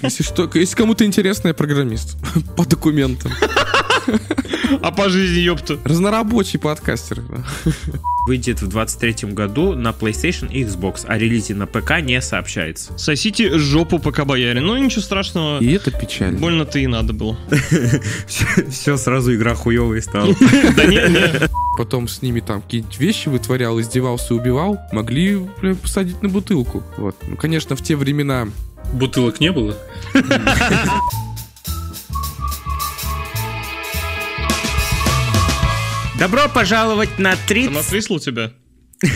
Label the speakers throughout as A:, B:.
A: Если что, если кому-то интересно, я программист. По документам.
B: А по жизни, ёпта.
A: Разнорабочий подкастер.
C: Выйдет в 23 году на PlayStation и Xbox, а релизе на ПК не сообщается.
B: Сосите жопу пока бояре. Ну, ничего страшного.
A: И это печально.
B: Больно-то и надо было.
C: Все, сразу игра хуевая стала.
B: Да нет, нет.
A: Потом с ними там какие-нибудь вещи вытворял, издевался и убивал. Могли бля, посадить на бутылку. Вот. Ну, конечно, в те времена
D: Бутылок не было?
C: Добро пожаловать на
B: Там
C: 30...
B: отвисло у тебя?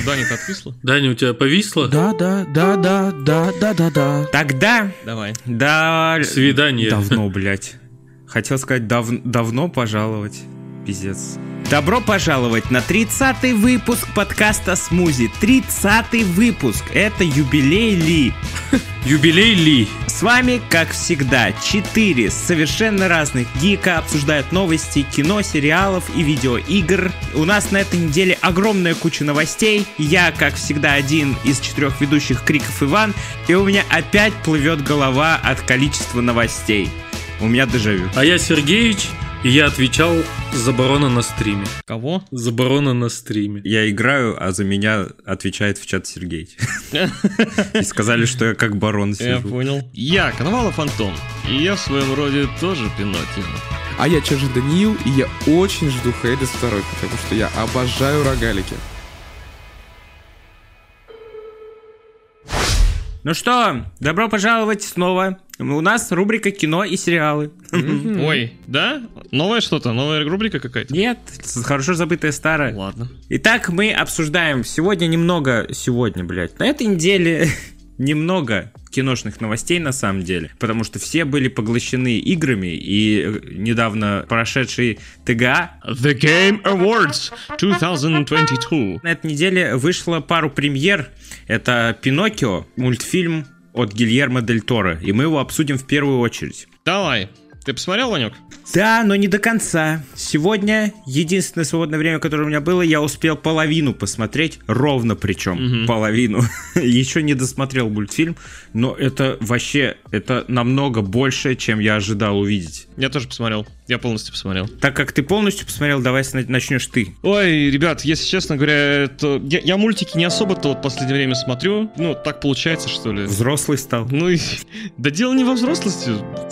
B: Да, нет, отвисло.
D: Даня, у тебя повисло?
A: Да, да, да, да, да, да, да, да.
C: Тогда...
B: Давай.
C: Да...
D: Свидание.
C: Давно, блядь. Хотел сказать, дав... давно пожаловать. Пиздец. Добро пожаловать на 30-й выпуск подкаста «Смузи». 30-й выпуск. Это юбилей Ли.
D: Юбилей Ли.
C: С вами, как всегда, 4 совершенно разных гика обсуждают новости кино, сериалов и видеоигр. У нас на этой неделе огромная куча новостей. Я, как всегда, один из четырех ведущих криков Иван, и у меня опять плывет голова от количества новостей. У меня дежавю.
D: А я Сергеич, и я отвечал за барона на стриме.
B: Кого?
D: За барона на стриме.
C: Я играю, а за меня отвечает в чат Сергей. И сказали, что я как барон
B: Я
C: сижу.
B: понял. Я Коновалов Антон. И я в своем роде тоже Пиноккио.
A: А я Чежи Даниил, и я очень жду Хейдес второй, потому что я обожаю рогалики.
C: Ну что, добро пожаловать снова. У нас рубрика кино и сериалы.
B: Ой, да? Новое что-то? Новая рубрика какая-то?
C: Нет, хорошо забытое старое.
B: Ладно.
C: Итак, мы обсуждаем сегодня немного, сегодня, блядь, на этой неделе немного киношных новостей на самом деле, потому что все были поглощены играми, и э, недавно прошедший А ТГА
B: The Game Awards 2022.
C: на этой неделе вышло пару премьер. Это «Пиноккио», мультфильм от Гильермо Дель Торо, и мы его обсудим в первую очередь.
B: Давай. Ты посмотрел, Ванек?
C: Да, но не до конца. Сегодня единственное свободное время, которое у меня было, я успел половину посмотреть, ровно причем
B: Мгм.
C: половину. Еще не досмотрел мультфильм, но это вообще это намного больше, чем я ожидал увидеть.
B: Я тоже посмотрел. Я полностью посмотрел.
C: Так как ты полностью посмотрел, давай сна- начнешь ты.
B: Ой, ребят, если честно говоря, это... я, я мультики не особо-то вот последнее время смотрю. Ну, так получается, что ли.
C: Взрослый стал.
B: Ну и... Да дело не во взрослости,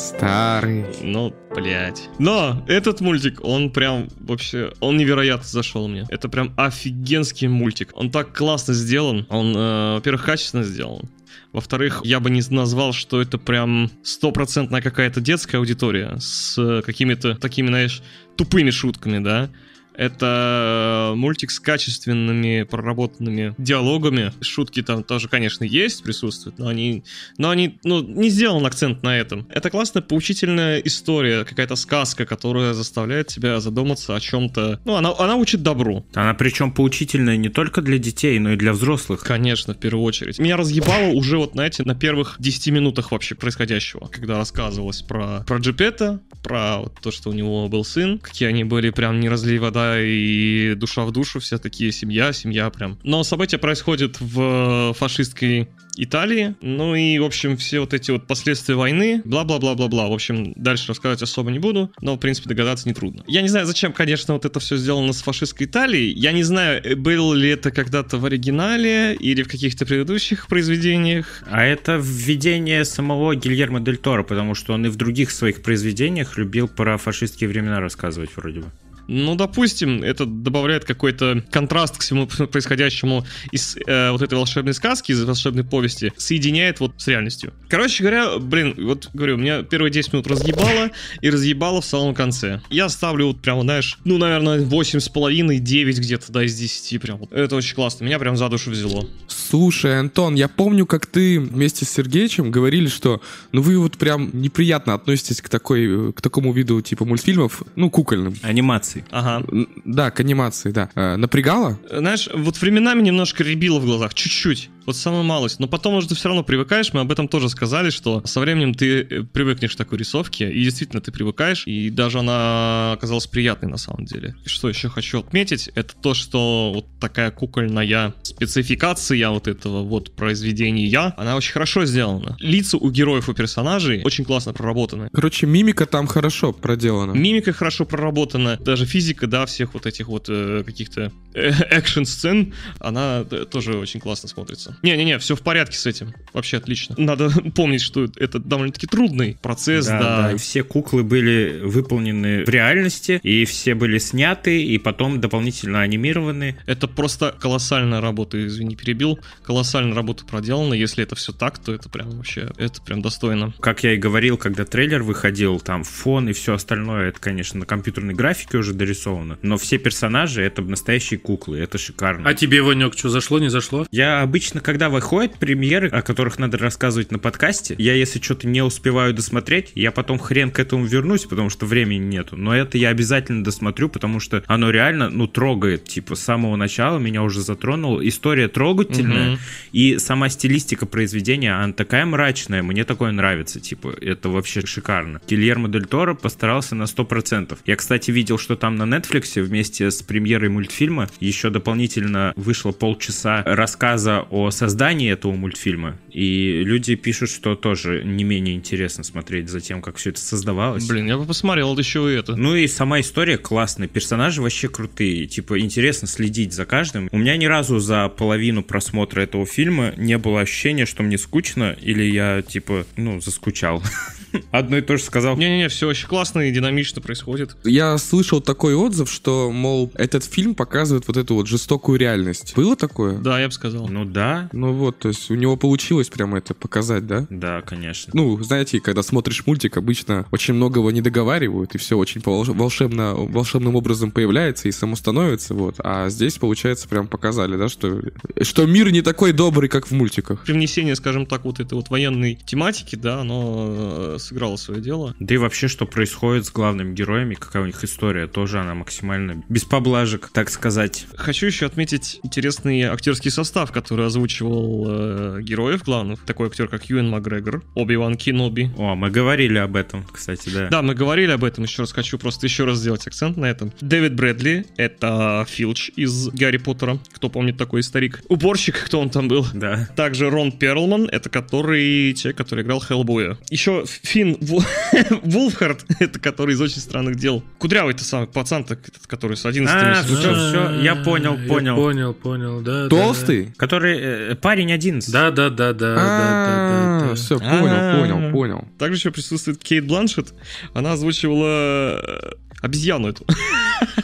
A: Старый.
B: ну, блядь. Но этот мультик, он прям вообще, он невероятно зашел мне. Это прям офигенский мультик. Он так классно сделан. Он, э, во-первых, качественно сделан. Во-вторых, я бы не назвал, что это прям стопроцентная какая-то детская аудитория с э, какими-то такими, знаешь, тупыми шутками, да. Это э, мультик с качественными проработанными диалогами. Шутки там тоже, конечно, есть, присутствуют, но они но они, ну, не сделан акцент на этом. Это классная поучительная история, какая-то сказка, которая заставляет тебя задуматься о чем-то. Ну, она, она учит добру.
C: Она причем поучительная не только для детей, но и для взрослых.
B: Конечно, в первую очередь. Меня разъебало уже вот, знаете, на первых 10 минутах вообще происходящего, когда рассказывалось про, про Джипета, про вот то, что у него был сын, какие они были прям не разлей вода и душа в душу, вся такие семья, семья прям. Но события происходят в э, фашистской Италии. Ну и, в общем, все вот эти вот последствия войны, бла-бла-бла-бла-бла. В общем, дальше рассказывать особо не буду, но, в принципе, догадаться нетрудно. Я не знаю, зачем, конечно, вот это все сделано с фашистской Италией. Я не знаю, э, было ли это когда-то в оригинале или в каких-то предыдущих произведениях.
C: А это введение самого Гильермо Дель Торо, потому что он и в других своих произведениях любил про фашистские времена рассказывать вроде бы.
B: Ну, допустим, это добавляет какой-то контраст к всему происходящему из э, вот этой волшебной сказки, из волшебной повести, соединяет вот с реальностью. Короче говоря, блин, вот говорю, меня первые 10 минут разъебало, и разъебало в самом конце. Я ставлю вот прямо, знаешь, ну, наверное, 8,5, 9 где-то, да, из 10 прям. Вот Это очень классно, меня прям за душу взяло.
A: Слушай, Антон, я помню, как ты вместе с Сергеичем говорили, что ну вы вот прям неприятно относитесь к такой, э, к такому виду типа мультфильмов, ну кукольным.
C: Анимации.
B: Ага.
A: Н- Да, к анимации, да. Э, Напрягало?
B: Знаешь, вот временами немножко ребило в глазах, чуть-чуть. Вот самая малость. Но потом уже ты все равно привыкаешь. Мы об этом тоже сказали, что со временем ты э, привыкнешь к такой рисовке. И действительно, ты привыкаешь. И даже она оказалась приятной на самом деле. И что еще хочу отметить, это то, что вот такая кукольная спецификация вот этого вот произведения, она очень хорошо сделана. Лица у героев, у персонажей очень классно проработаны.
A: Короче, мимика там хорошо проделана.
B: Мимика хорошо проработана, даже физика, да, всех вот этих вот э, каких-то экшн-сцен, она т- тоже очень классно смотрится. Не-не-не, все в порядке с этим, вообще отлично. Надо помнить, что это довольно-таки трудный процесс, да.
C: Да, да, и все куклы были выполнены в реальности, и все были сняты, и потом дополнительно анимированы.
B: Это просто колоссальная работа, извини, перебил. Колоссальная работа проделана. Если это все так, то это прям вообще, это прям достойно.
C: Как я и говорил, когда трейлер выходил, там фон и все остальное, это, конечно, на компьютерной графике уже дорисовано, но все персонажи — это настоящие куклы, это шикарно.
D: А тебе, Ванек, что, зашло, не зашло?
C: Я обычно, когда выходят премьеры, о которых надо рассказывать на подкасте, я если что-то не успеваю досмотреть, я потом хрен к этому вернусь, потому что времени нету. Но это я обязательно досмотрю, потому что оно реально, ну, трогает. Типа, с самого начала меня уже затронуло. История трогательная,
B: Мгм.
C: и сама стилистика произведения, она такая мрачная, мне такое нравится, типа, это вообще шикарно. Гильермо Дель Торо постарался на 100%. Я, кстати, видел, что там на Netflix вместе с премьерой мультфильма еще дополнительно вышло полчаса рассказа о создании этого мультфильма, и люди пишут, что тоже не менее интересно смотреть за тем, как все это создавалось.
B: Блин, я бы посмотрел еще и это.
C: Ну и сама история классная, персонажи вообще крутые, типа интересно следить за каждым. У меня ни разу за половину просмотра этого фильма не было ощущения, что мне скучно или я типа, ну, заскучал. Одно и то же сказал.
B: Не-не-не, все очень классно и динамично происходит.
A: Я слышал такой отзыв, что, мол, этот фильм показывает вот эту вот жестокую реальность. Было такое?
B: Да, я бы сказал.
C: Ну да,
A: Ну вот, то есть у него получилось прямо это показать, да?
C: да, конечно.
A: Ну, знаете, когда смотришь мультик, обычно очень многого не договаривают, и все очень волш- волшебно, волшебным образом появляется и само становится, вот. А здесь, получается, прям показали, да, что, что мир не такой добрый, как в мультиках.
B: Привнесение, скажем так, вот этой вот военной тематики, да, оно э, сыграло свое дело.
C: Да и вообще, что происходит с главными героями, какая у них история, тоже она максимально без поблажек, так сказать.
B: Хочу еще отметить интересный актерский состав, который озвучивал э, героев главных. Такой актер, как Юэн Макгрегор, Оби-Ван Киноби,
C: О, мы говорили об этом, кстати, да.
B: Да, мы говорили об этом, еще раз хочу просто еще раз сделать акцент на этом. Дэвид Брэдли, это Филч из Гарри Поттера, кто помнит такой старик. Уборщик, кто он там был.
C: Да.
B: Также Рон Перлман, это который человек, который играл Хеллбоя. Еще Финн Ву- Вулфхард, это который из «Очень странных дел». Кудрявый-то самый пацан, так, этот, который с 11
C: А, всё, всё, я понял,
D: Я
C: понял.
D: Понял, понял, да. да,
A: Толстый?
C: Который э, парень один.
D: Да, да, да, да, да,
C: А,
D: да, да.
A: Все,
B: А-а-а.
A: А, понял, понял, понял.
B: Также еще присутствует Кейт Бланшет. Она озвучивала э, обезьяну эту.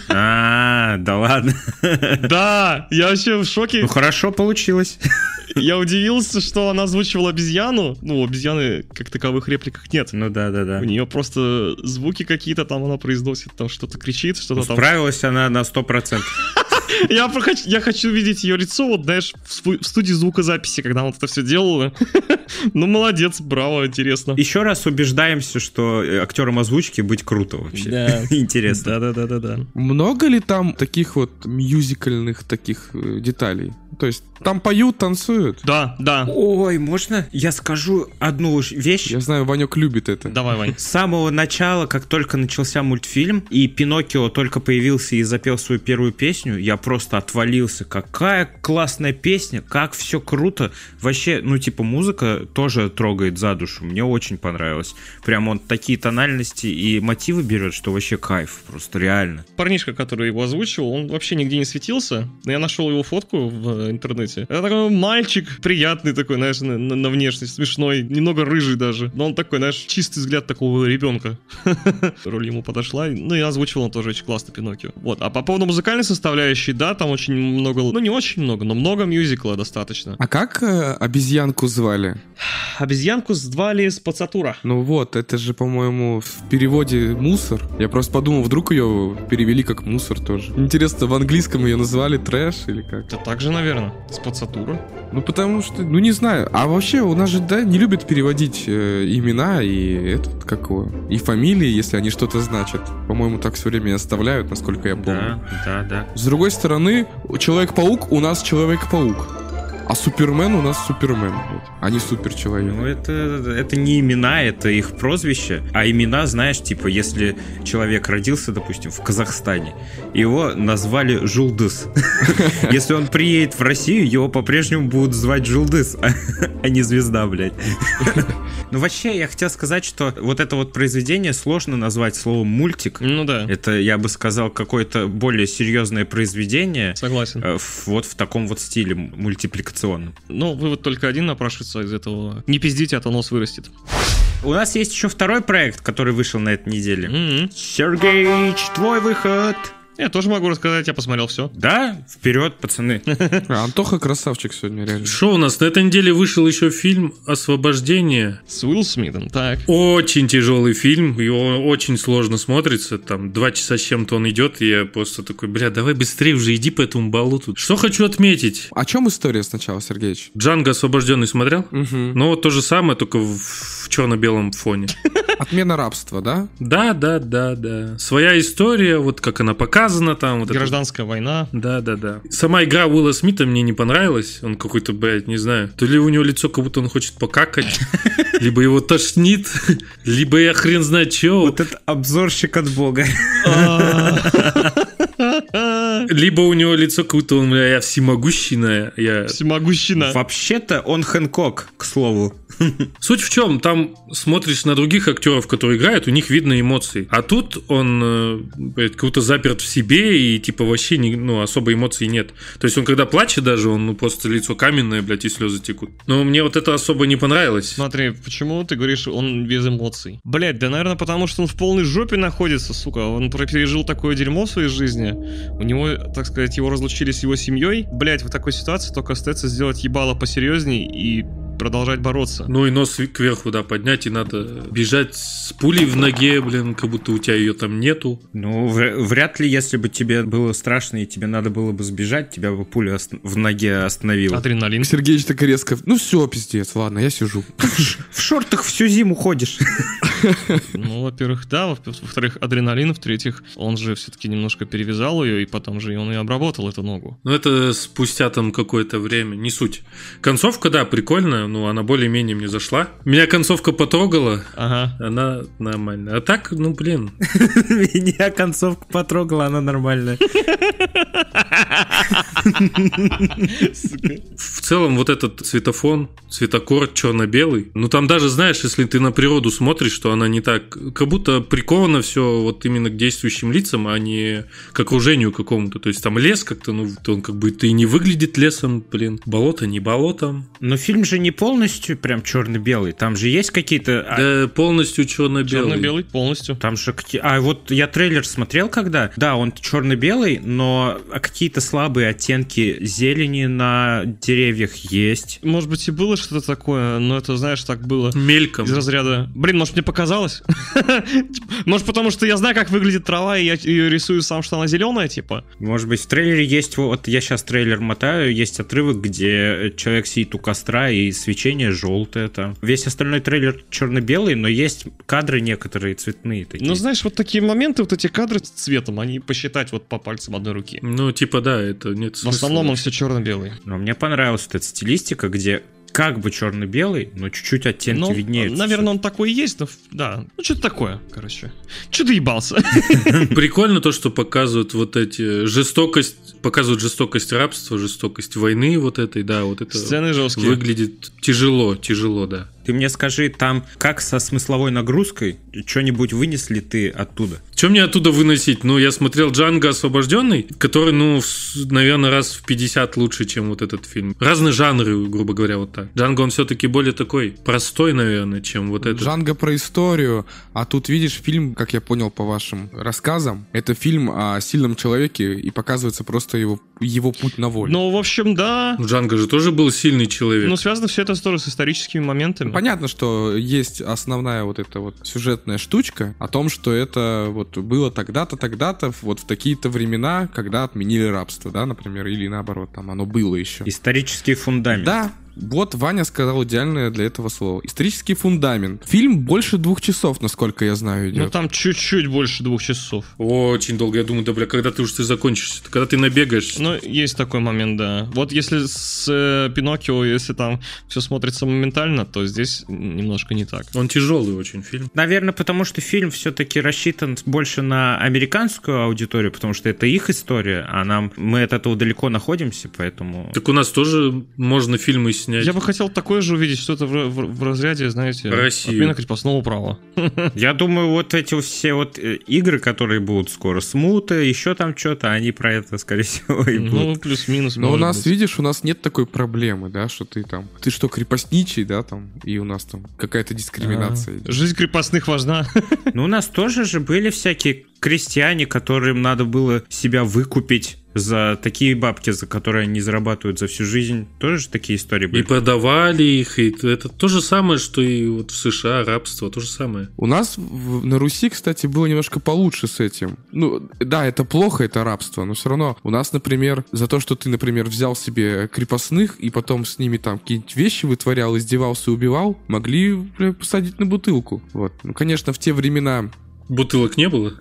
C: А, да ладно.
B: Да, я вообще в шоке.
C: Ну хорошо получилось.
B: Я удивился, что она озвучивала обезьяну. Ну, у обезьяны как таковых репликах нет.
C: Ну да, да, да.
B: У нее просто звуки какие-то там она произносит, там что-то кричит,
C: Ну,
B: что-то там.
C: Справилась она на 100%.
B: Я, про- хочу- я хочу видеть ее лицо, вот знаешь, в, сву- в студии звукозаписи, когда она вот это все делала. Ну, молодец, браво, интересно.
C: Еще раз убеждаемся, что э, актером озвучки быть круто вообще.
B: Да.
C: Интересно.
B: Да-да-да-да-да.
A: Много ли там таких вот мюзикальных таких э, деталей? То есть там поют, танцуют?
B: Да, да.
C: Ой, можно я скажу одну уж вещь?
A: Я знаю, Ванек любит это.
B: Давай, Вань.
C: С самого начала, как только начался мультфильм, и Пиноккио только появился и запел свою первую песню, я просто отвалился. Какая классная песня, как все круто. Вообще, ну типа музыка тоже трогает за душу. Мне очень понравилось. Прям он такие тональности и мотивы берет, что вообще кайф, просто реально.
B: парнишка, который его озвучивал, он вообще нигде не светился. Но я нашел его фотку в э, интернете. Это такой мальчик приятный такой, знаешь, на, на- на внешность, смешной, немного рыжий даже. Но он такой, знаешь, чистый взгляд такого ребенка. Роль ему подошла. Ну и озвучивал он тоже очень классно Пиноккио. Вот. А по поводу музыкальной составляющей, да, там очень много, ну не очень много, но много мюзикла достаточно.
A: А как э, обезьянку звали?
B: Обезьянку звали с Пацатура.
A: Ну вот, это же, по-моему, в переводе мусор. Я просто подумал, вдруг ее перевели как мусор тоже. Интересно, в английском ее назвали трэш или как?
B: Это также, наверное, с Пацатура.
A: Ну потому что, ну не знаю. А вообще у нас же, да, не любят переводить э, имена и этот, как его, и фамилии, если они что-то значат. По-моему, так все время и оставляют, насколько я помню.
C: да, да.
A: С другой стороны, Человек-паук у нас Человек-паук. А Супермен у нас Супермен, вот, а не Суперчеловек.
C: Ну, это, это не имена, это их прозвище. А имена, знаешь, типа, если человек родился, допустим, в Казахстане, его назвали Жулдыс. Если он приедет в Россию, его по-прежнему будут звать Жулдыс, а- а не Звезда, блядь. Ну, вообще, я хотел сказать, что вот это вот произведение сложно назвать словом мультик.
B: Ну да,
C: Это, я бы сказал, какое-то более серьезное произведение
B: согласен.
C: э, в- вот в таком вот стиле м- мультипликационном.
B: Ну, вывод только один напрашивается из этого. Не пиздите, а то нос вырастет.
C: У нас есть еще второй проект, который вышел на этой неделе.
B: М.
C: Сергеич, твой выход!
B: Я тоже могу рассказать, я посмотрел все.
C: Да, вперед, пацаны.
A: А, Антоха красавчик сегодня, реально.
D: Что у нас? На этой неделе вышел еще фильм «Освобождение».
B: С Уилл Смитом, так.
D: Очень тяжелый фильм, его очень сложно смотрится. Там два часа с чем-то он идет, и я просто такой, бля, давай быстрее уже иди по этому болоту. Что хочу отметить?
A: О чем история сначала, Сергеич?
D: Джанго освобожденный смотрел?
A: Мгм.
D: Ну, вот то же самое, только в, в черно-белом фоне.
A: Отмена рабства, да?
D: Да, да, да, да. Своя история, вот как она показана там. Вот это
B: Гражданская война.
D: Да, да, да. Сама игра Уилла Смита мне не понравилась. Он какой-то, блядь, не знаю. То ли у него лицо, как будто он хочет покакать, либо его тошнит, либо я хрен знает чего.
C: Вот это обзорщик от бога.
B: А.
D: Либо у него лицо, как будто он, бля, я всемогущий, на- я...
B: Всемогущина.
C: Вообще-то он Хэнкок, к слову.
D: Суть в чем, там смотришь на других актеров, которые играют, у них видно эмоции. А тут он, э, блядь, как будто заперт в себе, и типа вообще не- ну, особо эмоций нет. То есть он когда плачет даже, он ну, просто лицо каменное, блядь, и слезы текут. Но мне вот это особо не понравилось.
B: Смотри, почему ты говоришь, он без эмоций? Блять, да, наверное, потому что он в полной жопе находится, сука. Он про- пережил такое дерьмо в своей жизни. У него, так сказать, его разлучили с его семьей. Блять, в такой ситуации только остается сделать ебало посерьезней и продолжать бороться.
D: Ну и нос кверху, да, поднять, и надо бежать с пулей в ноге, блин, как будто у тебя ее там нету.
C: Ну, вр- вряд ли, если бы тебе было страшно и тебе надо было бы сбежать, тебя бы пуля ост- в ноге остановила.
B: Адреналин.
A: Сергеич так резко. Ну все, пиздец, ладно, я сижу.
C: В шортах всю зиму ходишь.
B: Ну, во-первых, да, во- во-вторых, адреналин, в-третьих, он же все-таки немножко перевязал ее, и потом же он и обработал эту ногу.
D: Но Ну, это спустя там какое-то время, не суть. Концовка, да, прикольная, но она более-менее мне зашла. Меня концовка потрогала,
B: Ага.
D: она нормальная. А так, ну блин,
C: Меня концовка потрогала, она нормальная.
D: в целом вот этот цветофон, цветокор черно-белый, ну там даже, знаешь, если ты на природу смотришь, что она не так, как будто приковано все вот именно к действующим лицам, а не к окружению какому-то. То есть там лес как-то, ну то он как бы и не выглядит лесом, блин, болото не болотом.
C: Но фильм же не полностью прям черно-белый. Там же есть какие-то... а,
D: Да полностью черно-белый.
B: Черно-белый полностью.
C: Там же какие... А вот я трейлер смотрел когда. Да, он черно-белый, но какие-то слабые оттенки зелени на деревьях есть.
B: Может быть, и было что-то такое, но это, знаешь, так было.
D: Мельком.
B: Из разряда. Блин, может, мне показалось? Может, потому что я знаю, как выглядит трава, и я ее рисую сам, что она зеленая, типа.
C: Может быть, в трейлере есть... Вот я сейчас трейлер мотаю, есть отрывок, где человек сидит у костра, и свечение желтое там. Весь остальной трейлер черно-белый, но есть кадры некоторые цветные такие.
B: Ну, знаешь, вот такие моменты, вот эти кадры с цветом, они посчитать вот по пальцам одной руки.
D: Ну, типа, да, это нет
B: В
D: смысла.
B: основном он все черно-белый.
C: Но мне понравилась вот эта стилистика, где как бы черно-белый, но чуть-чуть оттенки
B: Ну,
C: виднеются.
B: наверное, он такой и есть, но, в- да. Ну, что-то такое, короче. Че ты ебался?
D: Прикольно то, что показывают вот эти жестокость, показывают жестокость рабства, жестокость войны вот этой, да, вот это
B: Сцены жесткие.
D: выглядит тяжело, тяжело, да.
C: Ты мне скажи, там как со смысловой нагрузкой, что-нибудь вынес ли ты оттуда?
D: Что мне оттуда выносить? Ну, я смотрел Джанго освобожденный, который, ну, наверное, раз в 50 лучше, чем вот этот фильм. Разные жанры, грубо говоря, вот так. Джанго, он все-таки более такой простой, наверное, чем вот этот.
A: Джанго про историю, а тут видишь фильм, как я понял по вашим рассказам, это фильм о сильном человеке и показывается просто его, его путь на волю.
B: Ну, в общем, да.
D: Джанго же тоже был сильный человек.
B: Но связано все это тоже Ну, с историческими моментами.
A: Ну, Понятно, что есть основная вот эта вот сюжетная штучка о том, что это вот было тогда-то, тогда-то, вот в такие-то времена, когда отменили рабство, да, например, или наоборот, там оно было еще.
C: Исторический фундамент.
A: Да, Вот Ваня сказал идеальное для этого слово. Исторический фундамент. Фильм больше двух часов, насколько я знаю,
B: Ну
A: идет.
B: там чуть-чуть больше двух часов.
D: Очень долго, я думаю, да, бля, когда ты уж ты закончишься, когда ты набегаешься.
B: Ну, есть такой момент, да. Вот если с э, Пиноккио, если там все смотрится моментально, то здесь немножко не так.
D: Он тяжелый очень фильм.
C: Наверное, потому что фильм все-таки рассчитан больше на американскую аудиторию, потому что это их история, а нам мы от этого далеко находимся, поэтому.
D: Так у нас тоже можно фильмы снять.
B: Я бы хотел такое же увидеть, что-то в, в- в разряде, знаете,
D: Россию.
B: отмена крепостного права.
C: Я думаю, вот эти все вот э, игры, которые будут скоро, смуты, еще там что-то, они про это, скорее всего, и будут.
B: Ну, плюс-минус.
A: Но у
B: может
A: нас,
B: быть.
A: видишь, у нас нет такой проблемы, да, что ты там, ты что, крепостничий, да, там, и у нас там какая-то дискриминация. идет.
B: А, Жизнь крепостных важна.
C: Ну, у нас тоже же были всякие крестьяне, которым надо было себя выкупить за такие бабки, за которые они зарабатывают за всю жизнь. Тоже же такие истории
D: И
C: были.
D: продавали их, и т- это то же самое, что и вот в США, рабство, то же самое.
A: У нас в- на Руси, кстати, было немножко получше с этим. Ну, да, это плохо, это рабство, но все равно у нас, например, за то, что ты, например, взял себе крепостных и потом с ними там какие-нибудь вещи вытворял, издевался, убивал, могли бля, посадить на бутылку. Вот. Ну, конечно, в те времена
D: Бутылок не было?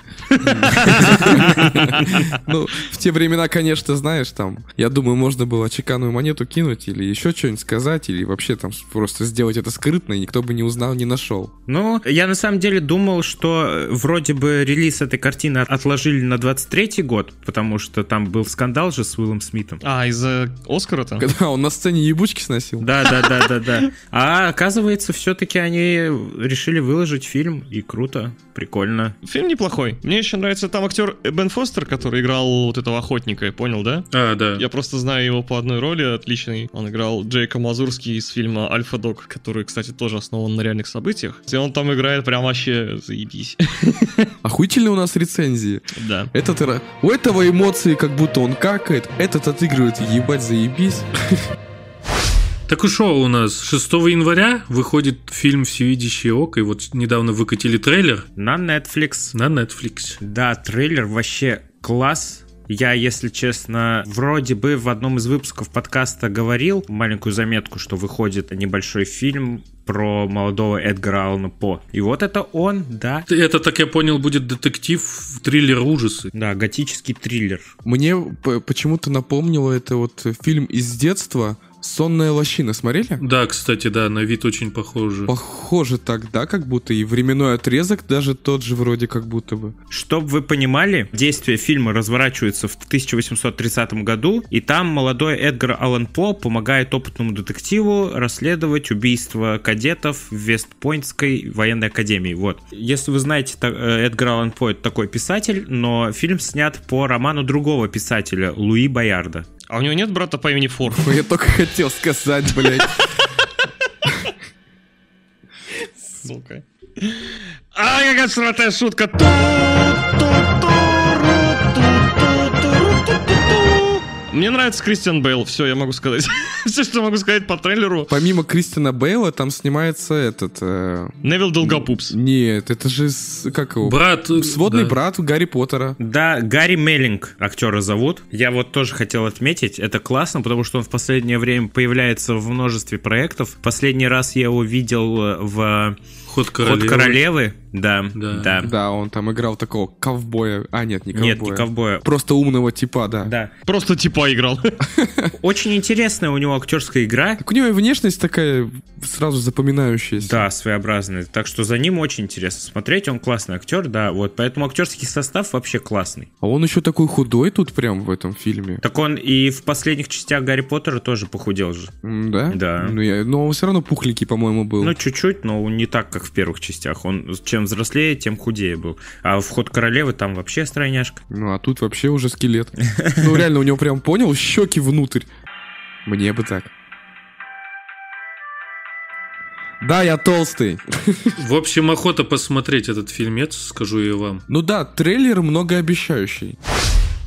A: Ну, в те времена, конечно, знаешь, там, я думаю, можно было чеканную монету кинуть или еще что-нибудь сказать, или вообще там просто сделать это скрытно, и никто бы не узнал, не нашел.
C: Ну, я на самом деле думал, что э, вроде бы релиз этой картины от- отложили на 23-й год, потому что там был скандал же с Уиллом Смитом.
B: А, из-за Оскара-то?
A: Когда он на сцене ебучки сносил.
C: Да, да, да, да, да. А оказывается, все-таки они решили выложить фильм, и круто, прикольно.
B: Фильм неплохой. Мне еще нравится там актер Бен Фостер, который играл вот этого охотника, понял, да?
D: А, да.
B: Я просто знаю его по одной роли, отличный. Он играл Джейка Мазурский из фильма «Альфа-Дог», который, кстати, тоже основан на реальных событиях. И он там играет прям вообще заебись.
A: Охуительные у нас рецензии.
B: Да.
A: Этот, ра- у этого эмоции, как будто он какает, этот отыгрывает, ебать, заебись.
D: Так и шоу у нас. 6 января выходит фильм «Всевидящее око», и вот недавно выкатили трейлер
C: На Netflix.
D: на Netflix.
C: Да, трейлер вообще класс. Я, если честно, вроде бы в одном из выпусков подкаста говорил маленькую заметку, что выходит небольшой фильм про молодого Эдгара Алана По. И вот это он, да.
D: Это, так я понял, будет детектив, триллер ужасы.
C: Да, готический триллер.
A: Мне п- почему-то напомнило это вот фильм из детства «Сонная лощина». Смотрели?
D: Да, кстати, да, на вид очень похоже.
A: Похоже тогда, как будто и временной отрезок даже тот же вроде как будто бы.
C: Чтобы вы понимали, действие фильма разворачивается в 1830 году, и там молодой Эдгар Аллан По помогает опытному детективу расследовать убийство кадетов в Вестпойнтской военной академии. Вот. Если вы знаете, та- э, Эдгар Аллан По это такой писатель, но фильм снят по роману другого писателя Луи Боярда.
B: А у него нет брата по имени Фор?
A: Ой, Я только хотел сказать, блядь.
B: Сука. А, какая сратая шутка. Ту-ту-ту-ру-ту-ту-ту-ру-ту-ту-ту. Мне нравится Кристиан Бейл, все, я могу сказать. Все, что могу сказать по трейлеру.
A: Помимо Кристина Бейла, там снимается этот... э,
B: Невил Долгопупс.
A: Нет, это же... с- Как его?
D: Брат... э,
A: Сводный
D: да.
A: брат Гарри Поттера.
C: Да, Гарри Меллинг актера зовут. Я вот тоже хотел отметить, это классно, потому что он в последнее время появляется в множестве проектов. Последний раз я его видел э, в
D: Ход королевы.
C: Королевы. Ход королевы, да,
D: Да.
C: да.
A: Да, он там играл такого ковбоя. А, нет, не ковбоя.
C: Нет, не ковбоя.
A: Просто умного типа, да.
C: Да.
B: Просто типа играл.
C: Очень интересная у него актерская игра.
A: Так у него и внешность такая сразу запоминающаяся.
C: Да, своеобразная. Так что за ним очень интересно смотреть. Он классный актер, да. Вот поэтому актерский состав вообще классный.
A: А он еще такой худой тут прям в этом фильме.
C: Так он и в последних частях Гарри Поттера тоже похудел же.
A: М, Да?
C: Да.
A: Ну, я- но он все равно пухленький, по-моему, был.
C: Ну, чуть-чуть, но не так, как в первых частях. Он чем взрослее, тем худее был. А в ход королевы там вообще стройняшка.
A: Ну, а тут вообще уже скелет. Ну, реально, у него прям, понял, щеки внутрь. Мне бы так. Да, я толстый.
D: В общем, охота посмотреть этот фильмец, скажу я вам.
A: Ну да, трейлер многообещающий.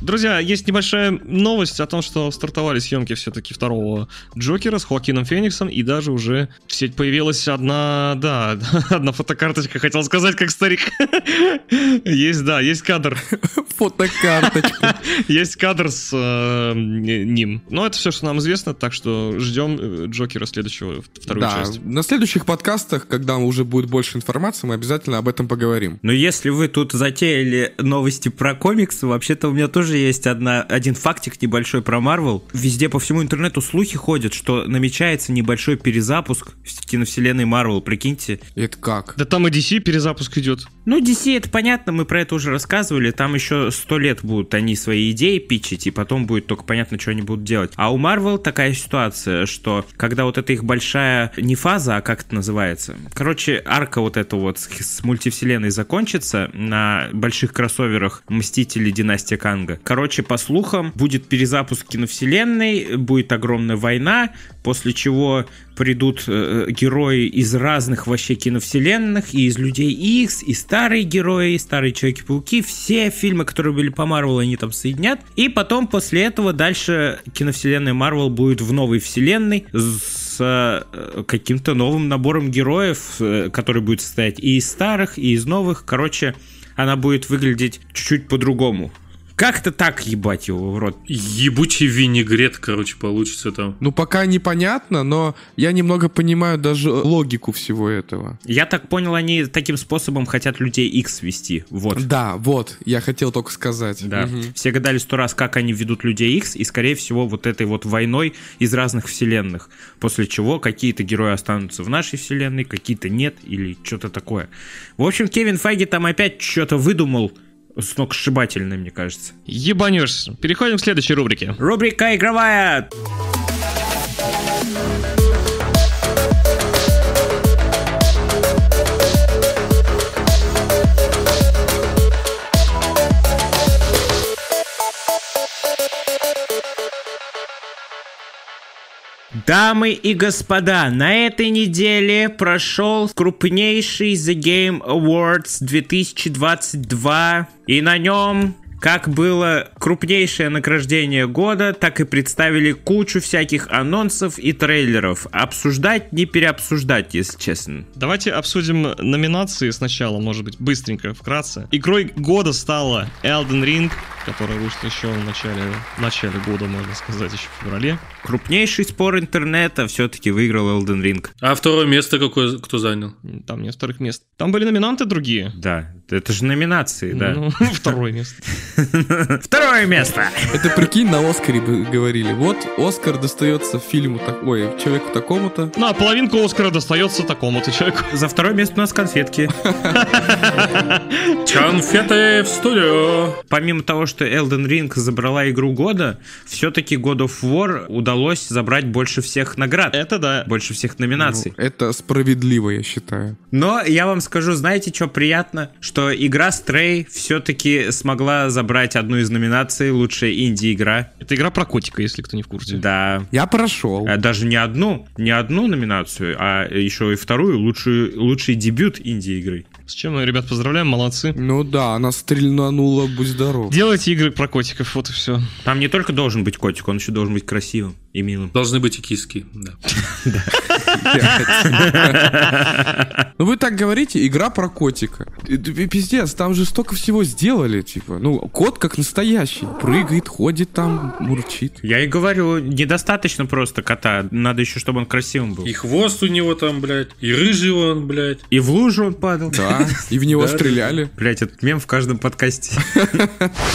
B: Друзья, есть небольшая новость о том, что стартовали съемки все-таки второго Джокера с Хоакином Фениксом, и даже уже в сеть появилась одна, да, одна фотокарточка, хотел сказать, как старик. Есть, да, есть кадр.
A: Фотокарточка.
B: Есть кадр с э, ним. Но это все, что нам известно, так что ждем э, Джокера следующего, вторую
A: Да,
B: часть.
A: на следующих подкастах, когда уже будет больше информации, мы обязательно об этом поговорим.
C: Но если вы тут затеяли новости про комиксы, вообще-то у меня тоже есть одна, один фактик небольшой про Марвел. Везде по всему интернету слухи ходят, что намечается небольшой перезапуск в киновселенной Марвел, прикиньте.
A: И Это как?
B: Да там и DC перезапуск идет.
C: Ну, DC это понятно, мы про это уже рассказывали, там еще сто лет будут они свои идеи пичить, и потом будет только понятно, что они будут делать. А у Marvel такая ситуация, что когда вот эта их большая не фаза, а как это называется? Короче, арка вот эта вот с, с мультивселенной закончится на больших кроссоверах Мстители Династия Канга. Короче, по слухам, будет перезапуск киновселенной, будет огромная война, после чего придут э, герои из разных вообще киновселенных, и из Людей Икс, и старые герои, и старые Человеки-пауки, все фильмы, которые были по Марвелу, они там соединят, и потом после этого дальше киновселенная Марвел будет в новой вселенной с э, каким-то новым набором героев, э, который будет состоять и из старых, и из новых, короче, она будет выглядеть чуть-чуть по-другому. Как-то так ебать его в рот.
D: Ебучий винегрет, короче, получится там.
A: Ну, пока непонятно, но я немного понимаю даже логику всего этого.
C: Я так понял, они таким способом хотят людей X вести. Вот.
A: Да, вот, я хотел только сказать.
C: Да.
A: Мгм.
C: Все гадали сто раз, как они ведут людей X, и, скорее всего, вот этой вот войной из разных вселенных. После чего какие-то герои останутся в нашей вселенной, какие-то нет, или что-то такое. В общем, Кевин Файги там опять что-то выдумал сногсшибательное, мне кажется.
B: Ебанешься. Переходим к следующей рубрике.
C: Рубрика «Игровая». Дамы и господа, на этой неделе прошел крупнейший The Game Awards 2022, и на нем как было крупнейшее награждение года, так и представили кучу всяких анонсов и трейлеров. Обсуждать, не переобсуждать, если честно.
B: Давайте обсудим номинации сначала, может быть, быстренько, вкратце. Игрой года стала Elden Ring, которая вышла еще в начале, в начале года, можно сказать, еще в феврале.
C: Крупнейший спор интернета все-таки выиграл Elden Ring.
D: А второе место какое, кто занял?
B: Там нет вторых мест. Там были номинанты другие.
C: Да, это же номинации, да.
B: Ну, второе место.
C: Второе место!
A: Это прикинь, на Оскаре бы говорили. Вот Оскар достается фильму так... Ой, человеку такому-то.
B: Ну, а половинку Оскара достается такому-то человеку.
C: За второе место у нас конфетки.
D: Конфеты в студию.
C: Помимо того, что Elden Ring забрала игру года, все-таки God of War удалось забрать больше всех наград,
B: Это да.
C: больше всех номинаций.
A: Ну, Это справедливо, я считаю.
C: Но я вам скажу, знаете, что приятно? Что игра Stray все-таки смогла забрать одну из номинаций «Лучшая инди-игра».
B: Это игра про котика, если кто не в курсе.
C: Да,
A: Я прошел.
C: А даже не одну, не одну номинацию, а еще и вторую лучшую, лучший дебют инди-игры.
B: С чем мы, ребят, поздравляем, молодцы.
A: Ну да, она стрельнанула, будь здоров.
B: Делайте игры про котиков, вот и все.
C: Там не только должен быть котик, он еще должен быть красивым и милым.
D: Должны быть и киски, да.
A: Ну вы так говорите, игра про котика. Э, да пи- Пиздец, там же столько всего сделали, типа. Ну, кот как настоящий. Прыгает, ходит там, мурчит.
C: Я и говорю, недостаточно просто кота, надо еще, чтобы он красивым был.
D: И хвост у него там, блядь, и рыжий он, блядь.
C: И в лужу он падал.
A: Да, и в него
D: Да, да,
A: стреляли.
C: Блять, этот мем в каждом подкасте.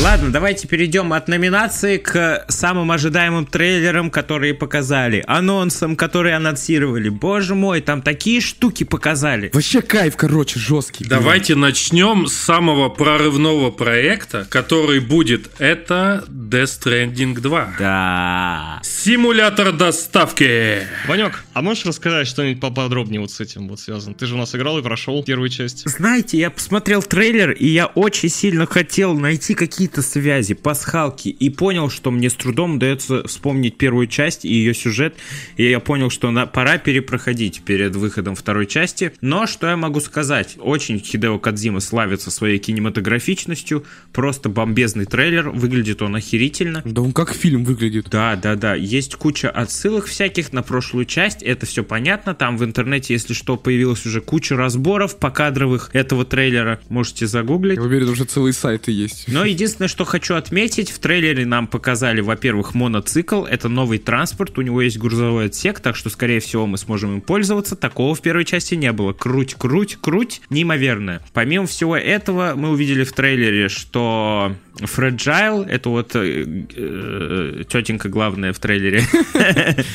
C: Ладно, давайте перейдем от номинации к самым ожидаемым трейлерам, которые показали. Анонсам, которые анонсировали. Боже мой, там такие штуки показали.
A: Вообще кайф, короче, жесткий.
D: Давайте начнем с самого прорывного проекта, который будет. Это Death Stranding 2.
C: Да.
D: Симулятор доставки.
B: Ванек, А можешь рассказать что-нибудь поподробнее вот с этим вот связано? Ты же у нас играл и прошел первую часть.
C: Знаете, я посмотрел трейлер, и я очень сильно хотел найти какие-то связи, пасхалки, и понял, что мне с трудом удается вспомнить первую часть и ее сюжет, и я понял, что на- пора перепроходить перед выходом второй части. Но что я могу сказать? Очень Хидео Кадзима славится своей кинематографичностью, просто бомбезный трейлер, выглядит он охерительно.
A: Да он как фильм выглядит.
C: Да, да, да. Есть куча отсылок всяких на прошлую часть. Это все понятно. Там в интернете, если что, появилась уже куча разборов покадровых этого трейлера. Можете загуглить.
A: Я уверен, уже целые сайты есть.
C: Но единственное, что хочу отметить, в трейлере нам показали, во-первых, моноцикл, это новый транспорт, у него есть грузовой отсек, так что, скорее всего, мы сможем им пользоваться, такого в первой части не было. Круть, круть, круть, неимоверно. Помимо всего этого, мы увидели в трейлере, что Fragile, это вот э, э, тетенька главная в трейлере,